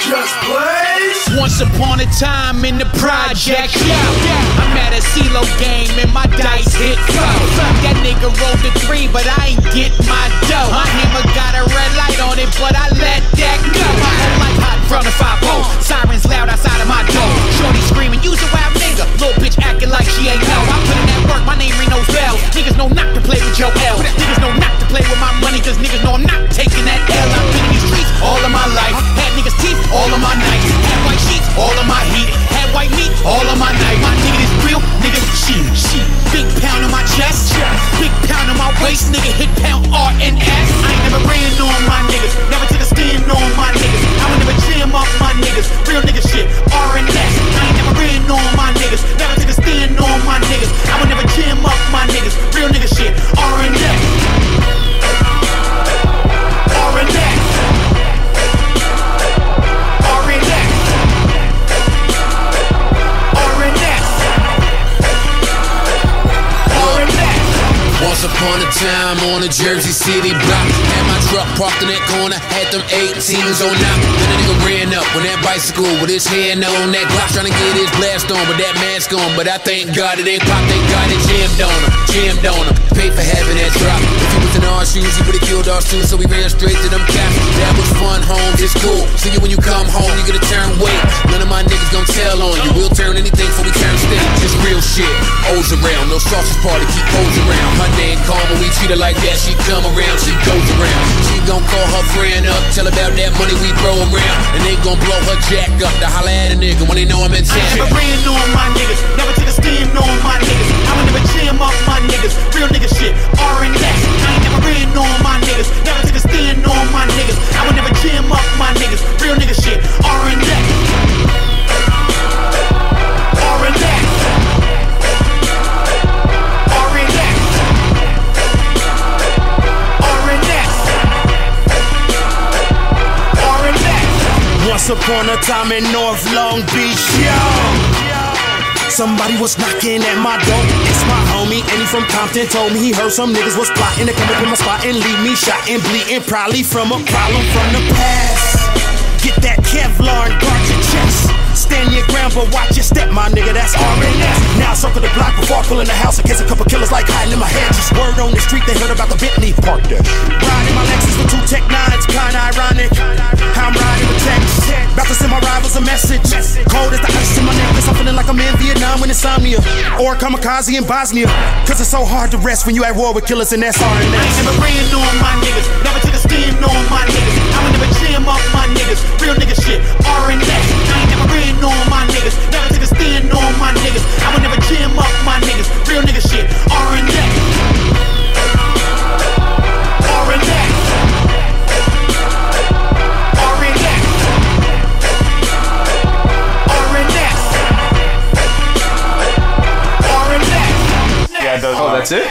L: Just blaze. Once upon a time in the project, yeah. I'm at a CeeLo game and my dice hit low. That nigga rolled a three, but I ain't get my dough. My hammer got a red light on
K: but I let that go. My whole life hot in front of five poles. Sirens loud outside of my door. Shorty screaming, use a wild nigga. Little bitch acting like she ain't know. I put in that work, my name ain't no bells. Niggas know not to play with your L. Niggas know not to play with my money, cause niggas know I'm not taking that L. I've been in these streets all of my life. Had niggas teeth all of my nights. Had white sheets all of my heat. Had white meat all of my night. My nigga is real, nigga she, she. Big pound on my chest, big pound on my waist, nigga hit pound R and S. I ain't never ran on my niggas, never took a stand on my niggas. I would never jam off my niggas, real nigga shit R and S. I ain't never ran on my niggas, never took a stand on my niggas. I would never jam off my niggas, real nigga shit R and S. R and S. R and S. R and S.
M: Once upon a time on a Jersey City block, had my truck parked in that corner, had them 18s on out. Then a nigga ran up with that bicycle with his hand on that Glock, trying to get his blast on with that mask on. But I thank God it ain't pop, thank God it jammed on him, jammed on him. Paid for having that drop. If he was in our shoes, he would've killed our shoes, so we ran straight to them cops. That was fun, homes, it's cool. See you when you come home, you're gonna turn weight. None of my niggas gonna tell on you. We'll turn anything for we turn state. Just real shit. O's around, no sausage party, keep O's around. Her name Karma, we treat her like that. She come around, she goes around. She gon' call her friend up, tell about that money we throw around. And they gon' blow her jack up to holla at a nigga when they know I'm in
K: I ain't
M: town.
K: never ran on my niggas, never took a stand on my niggas. I would never jam off my niggas, real nigga shit, R and S. I ain't never ran on my niggas, never took a stand on my niggas. I would never jam off my niggas, real nigga shit, R and S. R and S. R and S. R and S. R and S.
N: Once upon a time in North Long Beach, yo. Somebody was knocking at my door. It's my homie, and he from Compton. Told me he heard some niggas was plotting to come up in my spot and leave me shot and bleeding, probably from a problem from the past. Get that Kevlar and guard your chest. Stand your ground, but watch your step, my nigga. That's RNS. Now I circle the block before I pull in the house in case a couple killers like hiding in my head. Just word on the street, they heard about the Bentley parked there. Riding my Lexus with two Tech Nines, kinda ironic. How I'm riding with text. About to send my rivals a message. Cold as the ice in my necklace. I'm feeling like I'm in Vietnam when insomnia. Or kamikaze in Bosnia. Cause it's so hard to rest when you at war with killers and that's
K: I ain't
N: RNS.
K: never ran on my niggas, never took a stand on my niggas. I would never jam off my niggas, real nigga shit, R and S. I ain't never ran on my niggas, never took a stand on my niggas. I would never jam off my niggas, real nigga shit, R and S. R and S. R and S. R and S. R and S.
B: Yeah, it does.
A: Oh,
B: not.
A: that's it?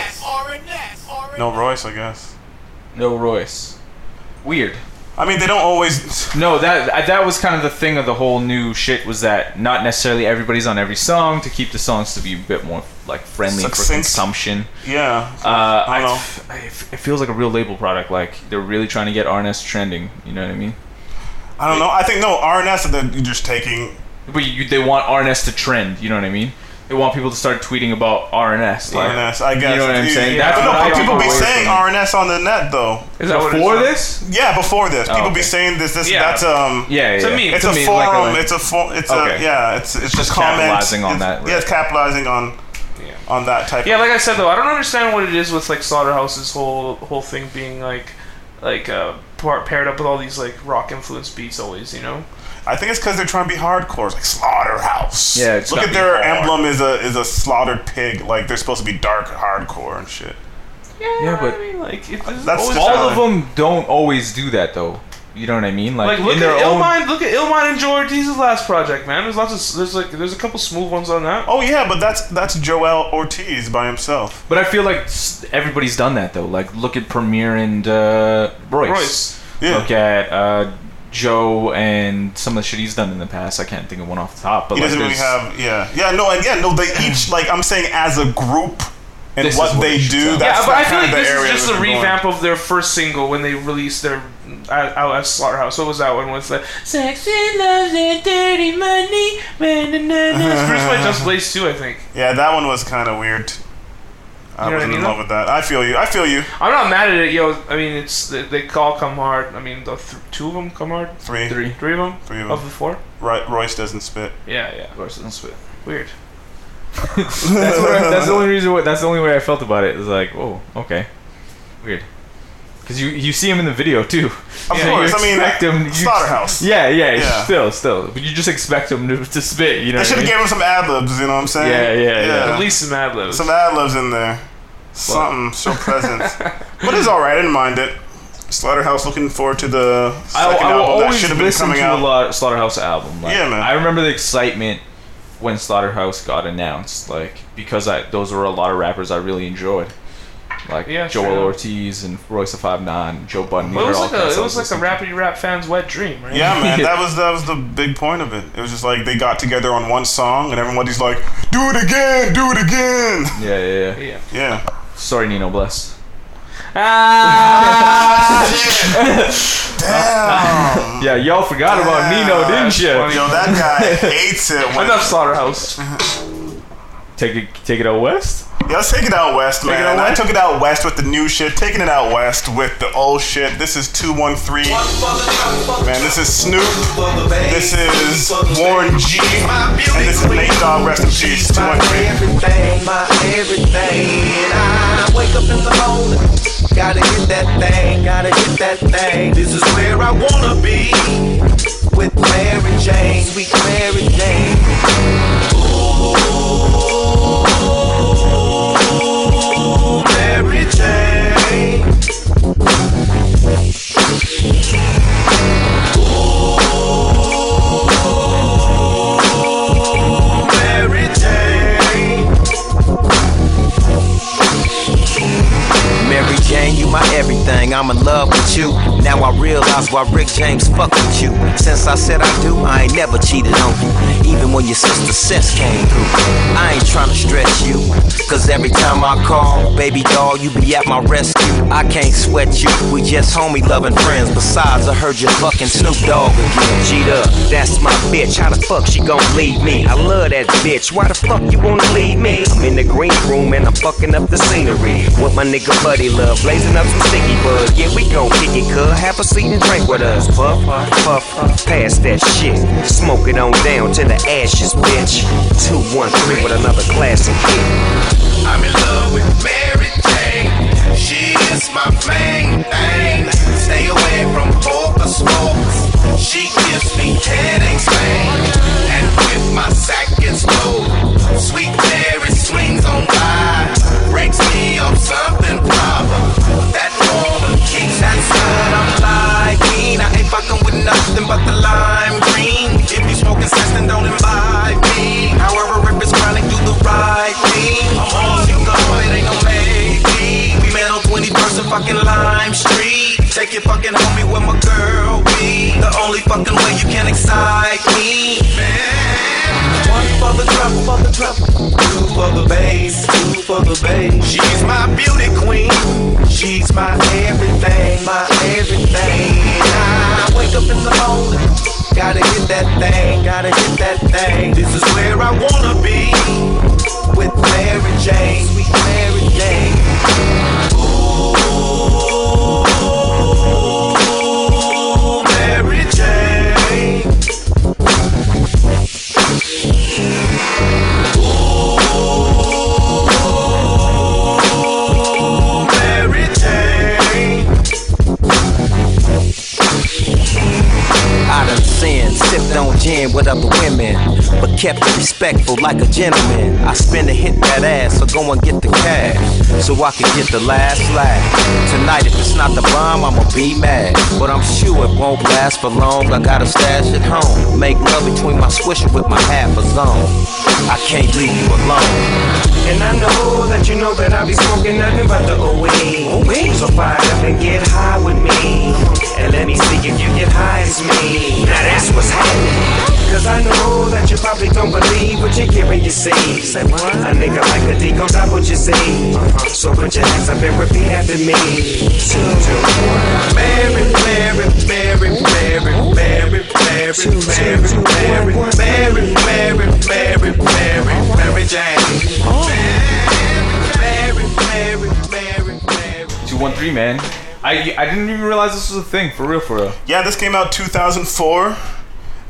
B: No Royce, I guess.
A: No Royce. Weird.
B: I mean, they don't always.
A: No, that that was kind of the thing of the whole new shit was that not necessarily everybody's on every song to keep the songs to be a bit more like friendly for
B: Succinct.
A: consumption.
B: Yeah.
A: Uh, I don't know. it feels like a real label product. Like they're really trying to get RNS trending. You know what I mean?
B: I don't know. I think no RNS, and then you're just taking.
A: But you, they want RNS to trend. You know what I mean? They want people to start tweeting about RNS. Like,
B: RNS, I guess.
A: You know what I'm
B: Yeah.
A: saying?
B: But no,
A: what I
B: but people
A: took
B: be
A: away
B: saying
A: from it.
B: RNS on the net though.
A: Is that before this?
B: Yeah, before this,
A: Oh,
B: people
A: okay.
B: be saying this. This
A: Yeah.
B: that's um.
A: Yeah, yeah, To yeah. me,
B: it's
A: to
B: a
A: me, like,
B: forum.
A: like-
B: it's a for, It's
A: Okay.
B: a yeah. It's it's,
A: It's
B: just
A: just
B: comments.
A: capitalizing on
B: it's,
A: that,
B: Yeah, it's capitalizing on on that type.
C: Yeah, like I said though, I don't understand what it is with like Slaughterhouse's whole whole thing being like like uh par- paired up with all these like rock influenced beats always, you know?
B: I think it's because they're trying to be hardcore, It's like slaughterhouse.
C: Yeah, it's
B: look
C: gotta
B: at
C: be
B: their
C: hard.
B: emblem is a is a slaughtered pig. Like they're supposed to be dark hardcore and shit.
A: Yeah, but
C: Like it, there's
B: That's just
C: always all
A: all of them don't always do that though. You know what I mean? Like,
C: like look
A: in their
C: at
A: own.
C: Illmind, look at Illmind and Joe Ortiz's last project, man. There's lots of there's like there's a couple smooth ones on that.
B: Oh yeah, but that's that's Joel Ortiz by himself.
A: But I feel like s- everybody's done that though. Like look at Premier and uh, Royce.
C: Royce.
B: Yeah.
A: Look at uh, Joe and some of the shit he's done in the past. I can't think of one off the top. But
B: he
A: like,
B: doesn't really
A: there's-
B: have. Yeah, yeah, no, and yeah, no. They each like I'm saying as a group and
A: This is
B: what
A: what
B: they
A: it should
B: do.
A: sound
B: That's
C: yeah, but I feel
B: kind of
C: like
B: the
C: this
B: area
C: is just
B: that
C: a
B: they're going.
C: revamp of their first single when they released their out out at Slaughterhouse. What was that one with? Like, Sex and love and dirty money. Man, na, na, na. It's produced by Just Blaze too, I think.
B: Yeah, that one was kind of weird. I
C: know what
B: was
C: I mean,
B: in
C: though?
B: love with that. I feel you. I feel you.
C: I'm not mad at it, yo. I mean, it's they, they all come hard. I mean, the th- two of them come hard.
B: Three.
C: three, three of them.
B: Three of them.
C: the four.
B: Right, Royce doesn't spit.
C: Yeah, yeah. Royce doesn't spit. Weird.
A: that's, what I- that's the only reason. Why, that's the only way I felt about it. Is like, oh, okay, weird. Because you you see him in the video too.
B: Of
A: So you
B: course, I mean,
A: expect him- you-
B: Slaughterhouse.
A: Yeah, yeah,
B: Yeah.
A: Still, still, but you just expect him to, to spit.
B: They
A: You know, what I
B: should have
A: mean?
B: gave him some ad libs. You know what I'm saying?
A: Yeah, yeah, yeah. At least
C: some ad libs.
B: Some ad libs in there. Something, show presence. but it's all right. I didn't mind it. Slaughterhouse. Looking forward to the
A: I,
B: second
A: I will
B: album that
A: always
B: should have been
A: listen
B: coming
A: to
B: out.
A: the Lau- Slaughterhouse album. Like,
B: Yeah, man.
A: I remember the excitement when Slaughterhouse got announced, like because I those were a lot of rappers I really enjoyed, like
C: Yeah,
A: Joel
C: sure.
A: Ortiz and Royce the Five Nine, Joe Budden.
C: Well, it was like a it was
A: like
C: like a rappity rap fan's wet dream, right?
B: Yeah, man, that was that was the big point of it. It was just like they got together on one song, and everybody's like, "Do it again, do it again."
A: yeah, yeah,
C: yeah,
B: yeah.
A: Sorry, Nino Bless.
B: Ah! Damn.
A: Yeah, y'all forgot about Nino, didn't you?
B: Yo, that guy hates it. When
A: Enough Slaughterhouse. take it, take it out west.
B: Yeah, let's take it out west,
A: Take it
B: man.
A: out
B: I took it out west with the new shit. Taking it out west with the old shit. This is 213. Man, this is Snoop. This is Warren G. And this is Nate Dogg. Rest in peace. 213.
N: everything, my everything. I wake up in the morning, gotta get that thing, gotta get that thing. This is where I wanna be with Mary Jane, sweet Mary Jane. Ooh, Mary Jane. Ooh, Mary Jane.
O: Mary Jane, you my everything. I'm in love with you. Now I realize why Rick James fucked with you. Since I said I do, I ain't never cheated on you. Even when your sister Sis came through, I ain't tryna stress you. Cause every time I call, baby doll, you be at my rescue. I can't sweat you. We just homie loving friends. Besides, I heard you fucking Snoop Dogg again. Cheetah, that's my bitch. How the fuck she gon' leave me? I love that bitch. Why the fuck you wanna leave me? I'm in the green room and I'm fucking up the scenery. With my nigga Buddy Love, blazing up some sticky bud. Yeah, we gon' kick it, cuz. Have a seat and drink with us. Puff, puff, puff, pass that shit. Smoke it on down to the ashes, bitch. 213 with another classic hit.
N: I'm in love with Mary Jane. She is my main thing. Stay away from poker smokes. She gives me headaches, man. And with my sack is low, sweet Mary swings on by. Breaks me on something proper. That woman kicks that side. I'm lying. I ain't fucking with nothing but the lime green. If you smoking sex, then don't invite me. However, rip is chronic, do the right thing. I'm all you go, it ain't no maybe. We met on 21st and fucking Lime Street. Take your fucking homie where my girl be. The only fucking way you can excite me. One for the trouble, for the trouble. Two for the bass, two for the bass. She's my beauty queen. She's my everything, my everything. I wake up in the morning, gotta get that thing, gotta get that thing. This is where I wanna be with Mary Jane, sweet Mary Jane. Ooh, Mary Jane. Mary Jane.
O: I done sinned, sipped on gin with other women, but kept it respectful like a gentleman. I spend to hit that ass, so go and get the cash, so I can get the last laugh. Tonight, if it's not the bomb, I'ma be mad, but I'm sure it won't last for long. I got a stash at home, make love between my swisher with my half a zone. I can't leave you alone.
N: And I know that you know that I be smoking nothing but the old weed. So fire up and get high with me. And let me see if you get high as me. Now that's what's happening. Cause I know that you probably don't believe what you hear when you see. Say what? A nigga like a D comes out what you see. So put your hands up and repeat after me. Two, two, one. Mary, Mary, Mary, Mary, Mary, Mary, Mary, Mary, Mary, Mary, Mary, Mary, Mary Jane. Mary, Mary,
A: one three man. I I didn't even realize this was a thing for real for real.
B: Yeah, this came out 2004.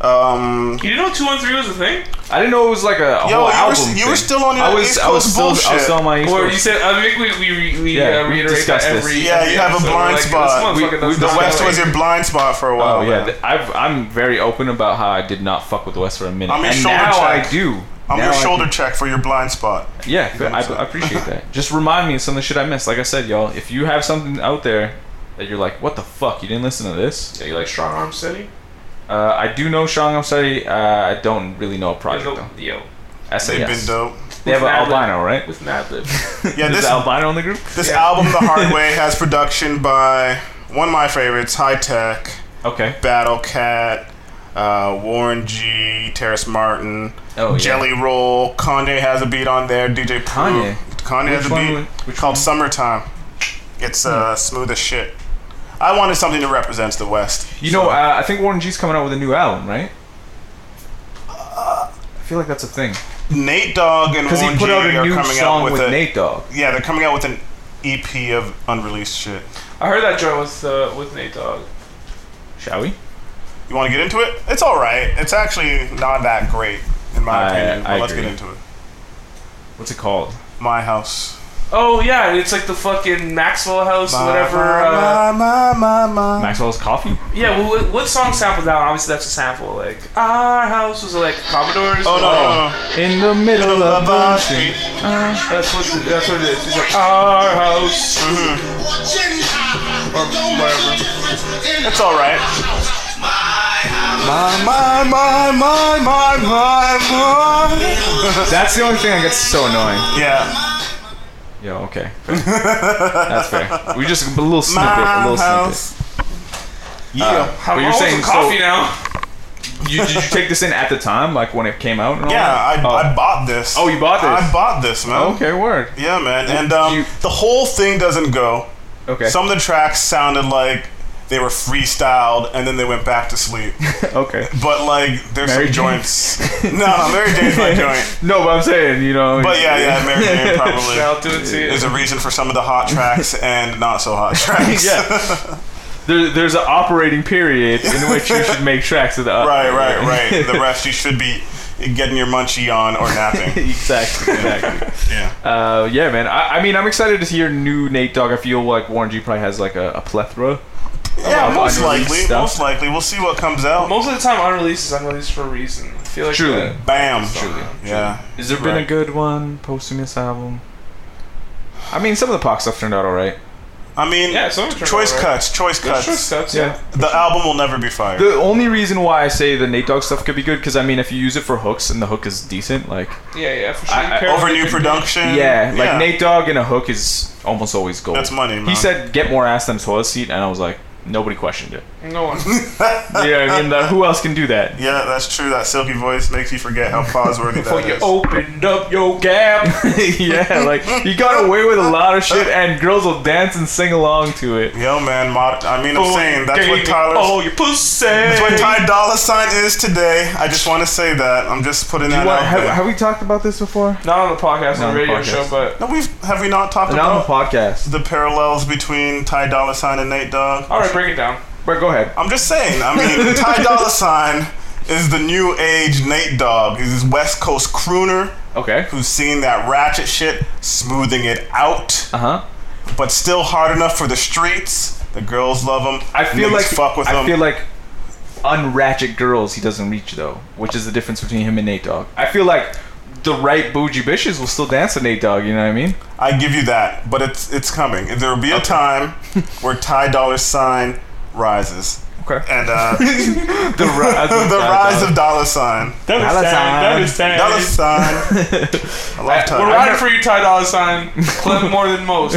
B: Um,
C: you didn't know 213 was a thing?
A: I didn't know it was like a, a
B: Yo,
A: whole
B: you were-
A: album.
B: you
A: thing.
B: were still on your
A: I was,
B: East
A: I was
B: Coast
A: still, I was
B: bullshit.
A: still on my East
C: Or you
A: Coast.
C: said I think we we, re- we
A: Yeah,
C: uh,
A: we
C: reiterate
A: discussed
C: that
A: this.
C: every
A: Yeah,
C: every
A: you have a
C: episode.
A: blind
C: We're like,
A: spot.
C: This motherfucker
A: We-
C: does
A: we've
C: not
B: the West
C: know
B: was your
C: anything.
B: blind spot for a while.
A: Oh yeah,
B: man.
A: th- I've, I'm very open about how I did not fuck with the West for a minute,
B: I'm your
A: and
B: shoulder
A: now
B: check.
A: I do.
B: I'm
A: Now
B: your
A: I
B: shoulder check for your blind spot.
A: do. Yeah, good. I, I appreciate that. Just remind me of some of the shit I missed. Like I said, y'all, if you have something out there that you're like, what the fuck, you didn't listen to this? Yeah, you like
C: Strong Arm City.
A: Uh, I do know Strong Arm Study. Uh, I don't really know a project though.
C: Yo,
A: SAS.
B: They've been dope.
A: They have an
B: With Madlib.
A: albino, right?
C: With Madlib.
B: Yeah,
A: There's
B: this-
A: albino in the group.
B: This album, The Hard Way, has production by one of my favorites, High Tech.
A: Okay.
B: Battle Cat, uh, Warren G, Terrace Martin,
A: Oh, yeah.
B: Jelly Roll. Kanye has a beat on there. DJ Pooh.
A: Kanye?
B: Kanye
A: Which
B: has a
A: one Hmm.
B: beat
A: would-
B: called "Summertime." It's uh, smooth as shit. I wanted something that represents the West.
A: You know, uh, I think Warren G's coming out with a new album, right? I feel like that's a thing.
B: Nate Dogg and
A: 'Cause he
B: Warren
A: put
B: G
A: out a
B: are
A: new
B: coming
A: song
B: out with,
A: with
B: a,
A: Nate Dogg.
B: Yeah, they're coming out with an EP of unreleased shit.
C: I heard that joint with uh, with Nate Dogg.
A: Shall we?
B: You want to get into it? It's all right. It's actually not that great, in my
A: I-
B: opinion.
A: I
B: but let's
A: agree.
B: get into it.
A: What's it called?
B: My house.
C: Oh yeah, it's like the fucking Maxwell House,
B: My-
C: whatever.
B: my-
C: uh,
B: my, my, my.
A: Maxwell's Coffee?
C: yeah, well, what, what song sampled that? one? Obviously, that's a sample. Like our house was like Commodores.
B: Oh, no, no,
A: In the middle
B: Oh.
A: of the street.
C: That's what that's what it is. It's like our house.
B: Or whatever. It's all right. My, my, my, my, my, my, my.
A: That's the only thing that gets so annoying.
B: Yeah.
A: Yo, okay. That's fair. We just a little snippet, a little
B: house. Uh,
A: snippet.
B: Yeah.
A: but
B: I'm
A: you're
B: almost
A: saying
B: a coffee
A: so,
C: now.
A: You, did you take this in at the time, like when it came out? And all
B: Yeah,
A: that?
B: I,
A: Oh.
B: I bought this.
A: Oh, you bought this?
B: I bought this, man.
A: Okay, word.
B: Yeah, man. And um, the whole thing doesn't go.
A: Okay.
B: Some of the tracks sounded like they were freestyled, and then they went back to sleep.
A: okay.
B: But like, there's
A: Mary
B: some
A: Jane?
B: joints. no, Mary Jane's my joint.
A: no, but I'm saying, you know.
B: But yeah, yeah, Mary Jane probably.
C: Shout out to it, too.
B: There's a reason for some of the hot tracks and not so hot tracks.
A: Yeah. There, there's an operating period in which you should make tracks of the.
B: right, right, right. The rest you should be getting your munchie on or napping.
A: exactly, exactly.
B: yeah.
A: Uh, yeah, man. I, I mean, I'm excited to hear new Nate Dogg. I feel like Warren G probably has like a, a plethora.
B: Yeah,
A: of
B: most
A: unreleased
B: likely.
A: stuff.
B: Most likely. We'll see what comes out.
C: Most of the time, unreleased is unreleased for a reason. I feel like
A: Truly.
C: that-
B: Bam.
C: Truly.
B: Yeah.
A: Has there been a good one posthumous album? I mean, some of the Pac stuff turned out alright.
B: I mean,
C: Yeah, some of it turned
B: choice
C: out all right.
B: cuts, choice cuts.
C: There's choice cuts,
A: Yeah.
B: The album will never be fired.
A: The only reason why I say the Nate Dogg stuff could be good, because I mean, if you use it for hooks and the hook is decent, like
C: Yeah, yeah, for sure.
A: I- I-
C: Pair
B: Over
C: with
B: new
C: the-
B: production.
A: yeah, like Nate Dogg and a hook is almost always gold.
B: Mm, That's money,
A: He
B: man.
A: said, "Get more ass than a toilet seat," and I was like, nobody questioned it.
C: No one.
A: yeah, I mean, the, who else can do that?
B: Yeah, that's true. That silky voice makes you forget how pauseworthy
A: Before
B: that
A: you
B: is.
A: opened up your gap. yeah, like you got away with a lot of shit, and girls will dance and sing along to it.
B: Yo, man, mod- I mean, I'm saying that's what Tyler's.
A: Oh, you pussy.
B: That's what Ty Dolla Sign is today. I just want to say that. I'm just putting
A: Do you
B: that
A: want-
B: out
A: have,
B: there.
A: have we talked about this before?
C: Not on the podcast,
A: Not
C: on
A: on
C: the
A: the
C: radio
A: podcast.
C: show, but
B: no, we've have we not talked
A: Not on the
B: about
A: podcast.
B: the parallels between Ty Dolla Sign and Nate Dogg?
C: all right, break it down.
A: But go ahead.
B: I'm just saying. I mean, Ty Dolla Sign is the new age Nate Dogg. He's this West Coast crooner.
A: Okay.
B: Who's seeing that ratchet shit, smoothing it out.
A: Uh huh.
B: But still hard enough for the streets. The girls love him.
A: I feel
B: Niggas
A: like
B: fuck with
A: I
B: him.
A: feel like unratchet girls he doesn't reach though, which is the difference between him and Nate Dogg. I feel like the right bougie bitches will still dance to Nate Dogg. You know what I mean?
B: I give you that, but it's it's coming. There will be a time where Ty Dollar Sign rises.
A: Okay.
B: And uh,
A: The rise of
B: the
A: Ty
B: rise
A: Dolla.
B: of Dollar Sign.
A: Dollar Dollar Sign.
B: Dollar Sign. I love Ty.
C: We're riding for you, Ty Dolla Sign. Clip more than most.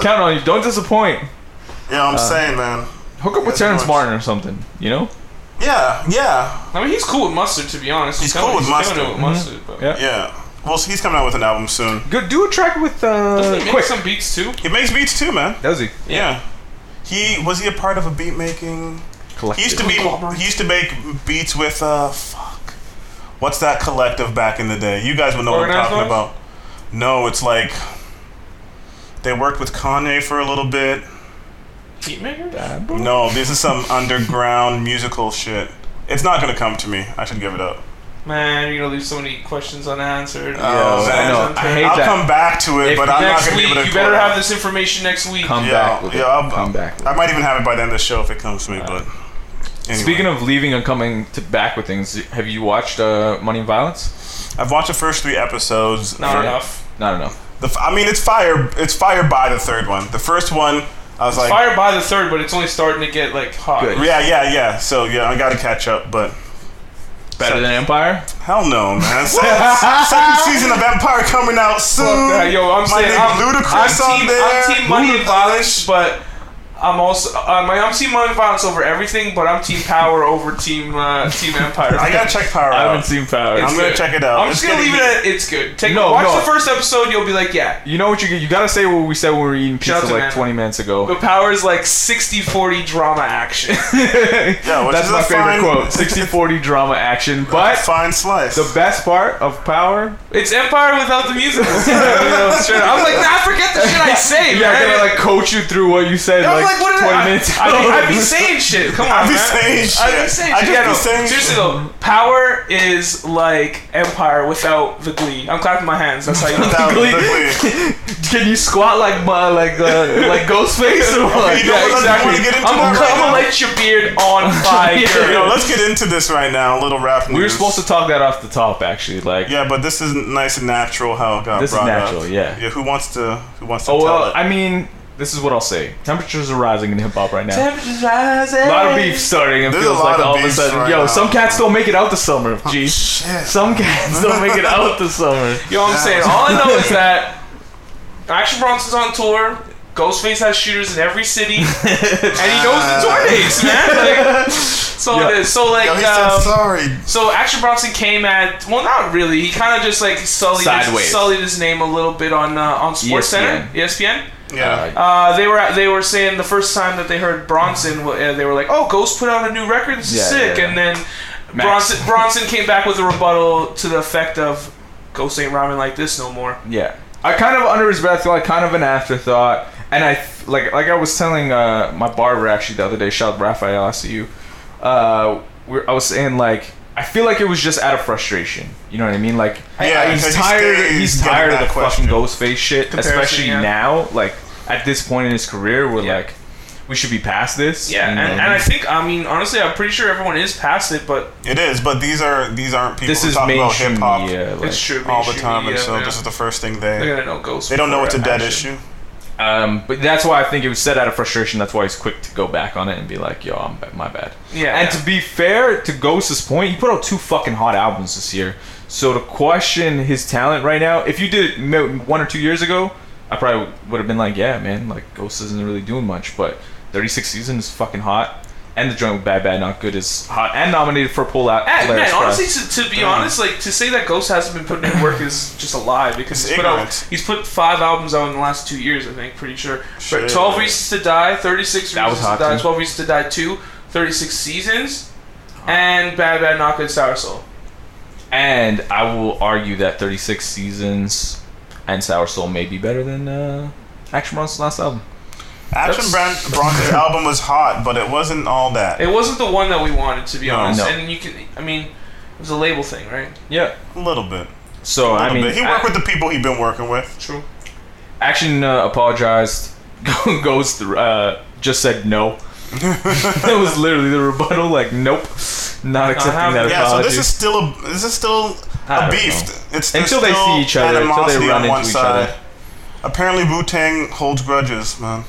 A: Count on you. Don't disappoint.
B: Yeah, I'm
A: Uh,
B: saying, man.
A: Hook up with Terrence Martin or something. You know?
B: Yeah, yeah.
C: I mean, he's cool with mustard, to be honest.
B: He's
C: kinda-
B: cool with
C: he's kinda
B: mustard.
C: with mustard, but-
A: Yeah.
B: Yeah. Well, he's coming out with an album soon.
A: Good. Do a track with
B: Doesn't
A: uh.
B: he make
A: Quick.
C: some beats too?
B: He makes beats too, man.
A: Does he?
B: Yeah. He was he a part of a beat making? He used to be. He used to make beats with uh. Fuck. What's that collective back in the day? You guys would know what I'm
C: Organized
B: talking
C: Noise?
B: about. No, it's like They worked with Kanye for a little bit.
C: Heatmaker?
B: No, this is some underground musical shit. It's not gonna come to me. I should give it up.
C: Man, you're gonna leave so many questions unanswered.
B: Oh, man. will come back to it,
C: If
B: but I'm not
C: next
B: gonna
C: week,
B: give it a
C: you better
B: call.
C: have this information next week.
B: yeah, yeah, I'll, come back. I might even have it by the end of the show if it comes to me. But anyway.
A: Speaking of leaving and coming to back with things, have you watched uh, Money and Violence?
B: I've watched the first three episodes.
A: Not
B: Yeah.
A: enough. Not enough.
B: the, f- I mean, it's fire. It's fire by the third one. The first one, I was
C: It's
B: like,
C: fire by the third, but it's only starting to get like hot.
B: Yeah, yeah, yeah. So yeah, I got to catch up, but
A: better than Empire?
B: Hell no, man. Second, second season of Empire coming out soon.
C: Fuck that. Yo, I'm
B: My
C: saying
B: nigga
C: I'm,
B: Ludacris
C: I'm
B: on
C: team,
B: there.
C: I'm team money and violence, but I'm also uh, my, I'm team money and violence over everything, but I'm team power over team uh, team empire.
B: I gotta check Power
A: I
B: out.
A: haven't seen Power.
C: It's
A: I'm gonna
C: good.
A: check it out.
C: I'm
A: It's
C: just gonna
A: getting
C: leave it
A: good.
C: at it's good. Take
A: No,
C: watch
A: no.
C: the first episode, you'll be like, yeah.
A: You know what you get? You gotta say what we said when we were eating
C: Shout out
A: pizza
C: to
A: like
C: Matt.
A: 20 minutes ago.
C: But power is like 60-40 drama action.
B: Yeah,
A: That's my favorite quote. 60 40 drama action. But
B: fine slice.
A: The best part of Power.
C: It's Empire without the music. I'm like, nah, forget the shit I say,
A: yeah,
C: man.
A: I gotta like coach you through what you said.
C: I'm
A: Like,
C: like, what did
A: 20
C: I,
A: minutes
C: I,
A: ago.
C: be, I be saying shit. Come on,
A: I be
C: man.
A: saying
C: I be
A: shit.
C: saying
A: I just
C: shit. Yeah,
A: be
C: no,
A: saying
C: seriously
A: shit.
C: though, power is like empire without the glee. I'm clapping my hands. That's how you
A: Without the Can you squat like my like uh, like Ghostface or what?
B: Okay, you know what? Let's- you wanna get into
C: I'm
B: that right
C: gonna
B: now?
C: light your beard on fire.
B: Yo, let's get into this right now. A little rap.
A: We were supposed to talk that off the top, actually. Like,
B: yeah, but this is nice and natural how it got
A: This is
B: brought
A: natural,
B: up.
A: yeah.
B: Yeah, who wants to? Who wants to
A: Oh
B: tell
A: well,
B: it?
A: I mean, this is what I'll say. Temperatures are rising in hip hop right now.
C: Temperatures rising.
A: A lot of beef starting. It
B: There's
A: feels
B: a lot
A: like
B: of
A: all of a
B: beefs
A: sudden,
B: right
A: yo,
B: now. Oh,
A: some cats don't make it out the summer. Gee, some cats don't make it out the summer.
C: Yo, I'm saying all I know is that Action Bronson's on tour. Ghostface has shooters in every city, and he knows the tour dates, man. Like, so
B: Yeah.
C: it is. So like,
B: Yo, he said
C: um,
B: sorry.
C: So Action Bronson came at well, not really. He kind of just like sullied
A: Sideways. E
C: his, sullied his name a little bit on uh, on Sports Center, E ESPN.
B: Yeah.
C: Uh, they were they were saying the first time that they heard Bronson, uh, they were like, "Oh, Ghost put out a new record, this is
A: Yeah,
C: sick!"
A: yeah, yeah.
C: And then
A: Max.
C: Bronson Bronson came back with a rebuttal to the effect of, "Ghost ain't rhyming like this no more."
A: Yeah, I kind of under his breath, like kind of an afterthought, and I th- like like I was telling uh, my barber actually the other day, shout out Raphael, I see you. Uh, we're, I was saying like I feel like it was just out of frustration. You know what I mean? Like
B: Yeah,
A: I, I, he's
B: because he's
A: tired.
B: getting-
A: He's
B: he's getting
A: tired of
B: that
A: the
B: question.
A: fucking Ghostface shit,
B: Comparison,
A: especially
B: yeah.
A: now. Like at this point in his career, we're like we should be past this.
C: Yeah,
A: you
C: and,
A: know what
C: and
A: mean?
C: I think I mean honestly, I'm pretty sure everyone is past it, but
B: It is, but these are these aren't people
A: This
B: who
A: is
B: talk about
A: mainstream
B: hip hop
A: media, like- It's true,
B: all the
A: mainstream
B: time, and
A: media,
B: so
A: yeah.
B: this is the first thing they
C: They're gonna know Ghost
B: They don't know it's a
A: before
B: dead
A: action.
B: issue.
A: Um, but that's why I think it was said out of frustration. That's why he's quick to go back on it and be like, "Yo, I'm ba- my bad."
C: Yeah.
A: And to be fair to Ghost's point, he put out two fucking hot albums this year. So to question his talent right now, if you did it mo- one or two years ago, I probably would have been like, "Yeah, man, like Ghost isn't really doing much." But 36 season is fucking hot, and the joint with Bad Bad Not Good is hot and nominated for Pull Out.
C: Eh,
A: Polaris
C: man,
A: Prize.
C: honestly, to, to
B: Mm.
C: be honest, like to say that Ghost hasn't been putting in work is just a lie because
B: It's
C: he's put, out,
B: ignorance.
C: he's put five albums out in the last two years, I think, pretty sure.
B: Shit.
C: But 12 Reasons to Die, 36
A: That was
C: Reasons to
A: hot,
C: Die,
A: too.
C: 12 Reasons to Die 2, 36 Seasons, and Bad Bad Not Good Sour Soul.
A: And I will argue that 36 Seasons and Sour Soul may be better than uh, Action Bronson's last album.
B: Action Brand Bronson's album was hot, but it wasn't all that.
C: It wasn't the one that we wanted, to be
B: No.
C: honest.
B: No. Oh,
C: And you can, I mean, it was a label thing, right?
A: Yeah,
B: a little bit. A
A: So
B: little
A: I mean,
B: bit. he worked with the people he'd been working with.
C: True.
A: Action uh, apologized. Ghost uh, just said no. that was literally the rebuttal. Like, nope, not accepting that
B: Yeah, so
A: apology.
B: this is still a this is still
A: I
B: a
A: don't
B: beef.
A: know.
B: It's there's
A: Until they
B: still
A: see each other, until they
B: animosity
A: run
B: on
A: into
B: one
A: each
B: side.
A: other.
B: Apparently, Wu Tang holds grudges, man.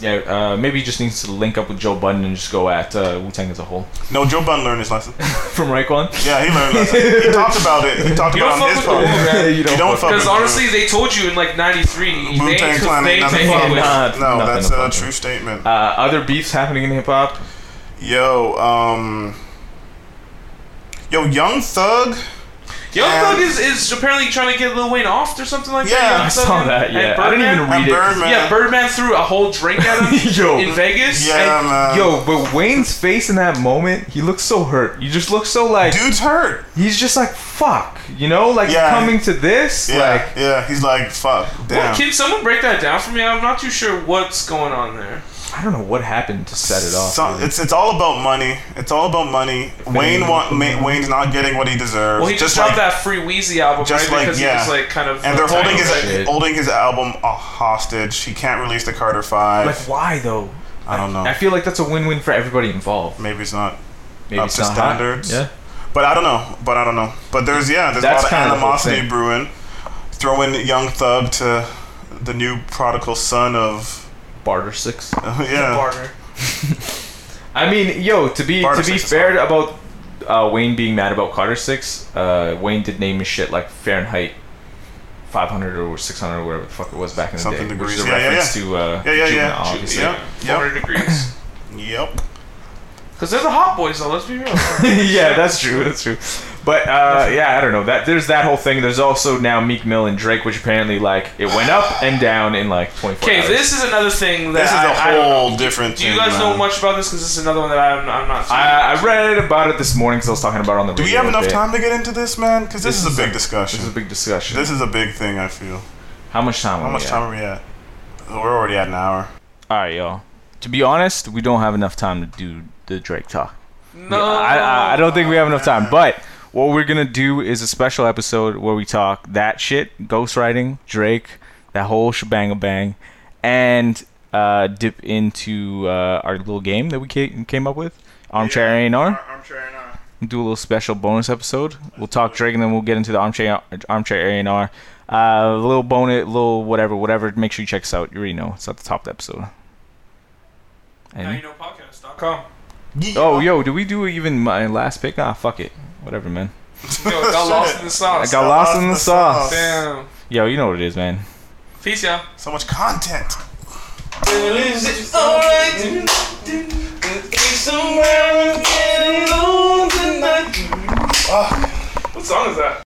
A: yeah, uh, maybe he just needs to link up with Joe Budden and just go at uh, Wu Tang as a whole.
B: No, Joe Budden learned his lesson.
A: From Raekwon?
B: Yeah, he learned his lesson. He talked about it. He talked
C: You
B: about
C: don't
B: it on his
C: fuck with the Wu,
B: podcast.
C: man.
B: You don't fuck with
C: Because
B: the
C: honestly, they told you in like '93.
B: Wu
C: They,
B: Tang Uh, Clan
C: they,
B: ain't
C: they,
B: nothing to fuck with.
A: Not-
B: No,
A: nothing
B: that's
A: to fuck
B: a
A: with.
B: true statement.
A: Uh, other beefs happening in hip hop.
B: Yo, um, yo, Young Thug.
C: Young
B: And-
C: Thug is, is apparently trying to get Lil Wayne off or something like that.
B: Yeah.
C: Young
B: I
C: Thug
B: saw
C: and-
B: that,
C: and
B: yeah. I didn't even
C: Birdman.
B: read And it. Birdman.
C: Yeah, Birdman threw a whole drink at him in Vegas.
A: And- Yo, but Wayne's face in that moment, he looks so hurt. You just look so like.
B: Dude's hurt.
A: He's just like, fuck. You know, like
B: Yeah.
A: coming to this.
B: Yeah,
A: Like,
B: yeah. He's like, fuck.
C: Well,
A: Damn.
C: can someone break that down for me? I'm not too sure what's going on there.
A: I don't know what happened to set it off.
B: So, it's it's all about money. It's all about money. Wayne want, Ma- Wayne's not getting what he deserves.
C: Well, he just, dropped that Free Wheezy album,
B: just
C: right?
B: like
C: because
B: yeah,
C: he was like kind of.
B: and they're holding his
C: Shit.
B: holding his album a hostage. He can't release the Carter Five.
A: Like, why though?
B: I don't know.
A: I feel like that's a win-win for everybody involved.
B: Maybe it's not.
A: Maybe
B: up
A: it's
B: to
A: not hot.
B: standards.
A: Yeah.
B: But I don't know. But I don't know. But there's yeah, there's
A: That's
B: a lot
A: kinda
B: of
A: the whole
B: animosity
A: thing.
B: brewing. Throwing Young Thug to the new prodigal son of
A: Barter Six.
B: yeah.
C: Barter.
A: I mean, yo, to be
B: Barter
A: to be
B: Six is
A: fair about uh, Wayne being mad about Carter Six, uh, Wayne did name his shit like Fahrenheit. 500 or 600 or whatever the fuck it was back in the
B: Something
A: day.
B: degrees.
A: Which is a
B: Yeah, yeah,
A: reference
B: yeah.
A: to uh,
B: Yeah, yeah, yeah.
A: Juvenile,
B: Ju-
A: obviously.
B: yeah. Yep.
C: 400 degrees.
B: Yep.
C: Because they're the hot boys, though. Let's be real.
A: yeah, that's true. That's true. But uh, yeah, I don't know. That there's that whole thing. There's also now Meek Mill and Drake, which apparently like it went up and down in like 24
C: Okay,
A: hours.
C: this is another thing that
A: This is
C: I-
A: a
C: I don't
A: whole
C: know.
A: different
C: Do you
A: thing,
C: guys know
A: man.
C: much about this? Because this is another one that I'm, I'm not.
A: I, I read about it this morning because I was talking about it on the.
B: Do we
A: radio
B: have
A: a
B: enough
A: bit.
B: time to get into this, man? Because this, is a big discussion.
A: This is a big discussion.
B: This is a big thing. I feel.
A: How much time?
B: How
A: are
B: much
A: we
B: time are we at? We're already at an hour.
A: At? All right, y'all. To be honest, we don't have enough time to do the Drake talk.
C: No.
A: I, I, I don't think we have enough time. But what we're gonna do is a special episode where we talk that shit, ghostwriting, Drake, that whole shebang bang, and uh, dip into uh, our little game that we ca- came up with, armchair A&R.
B: Armchair A&R.
A: We'll do a little special bonus episode. We'll talk Drake, and then we'll get into the armchair armchair A and R. Uh, little bonus, little whatever, whatever. Make sure you check us out. You already know it's at the top of the episode.
C: Now you know podcast.com.
A: Oh, yo, did we do even my last pick? Nah, fuck it. Whatever, man.
C: Yo, got lost in the
A: I
C: sauce.
A: got lost in the sauce.
C: Damn.
A: Yo, you know what it is, man.
C: Peace, y'all.
B: So much content.
C: Ah, What song is that?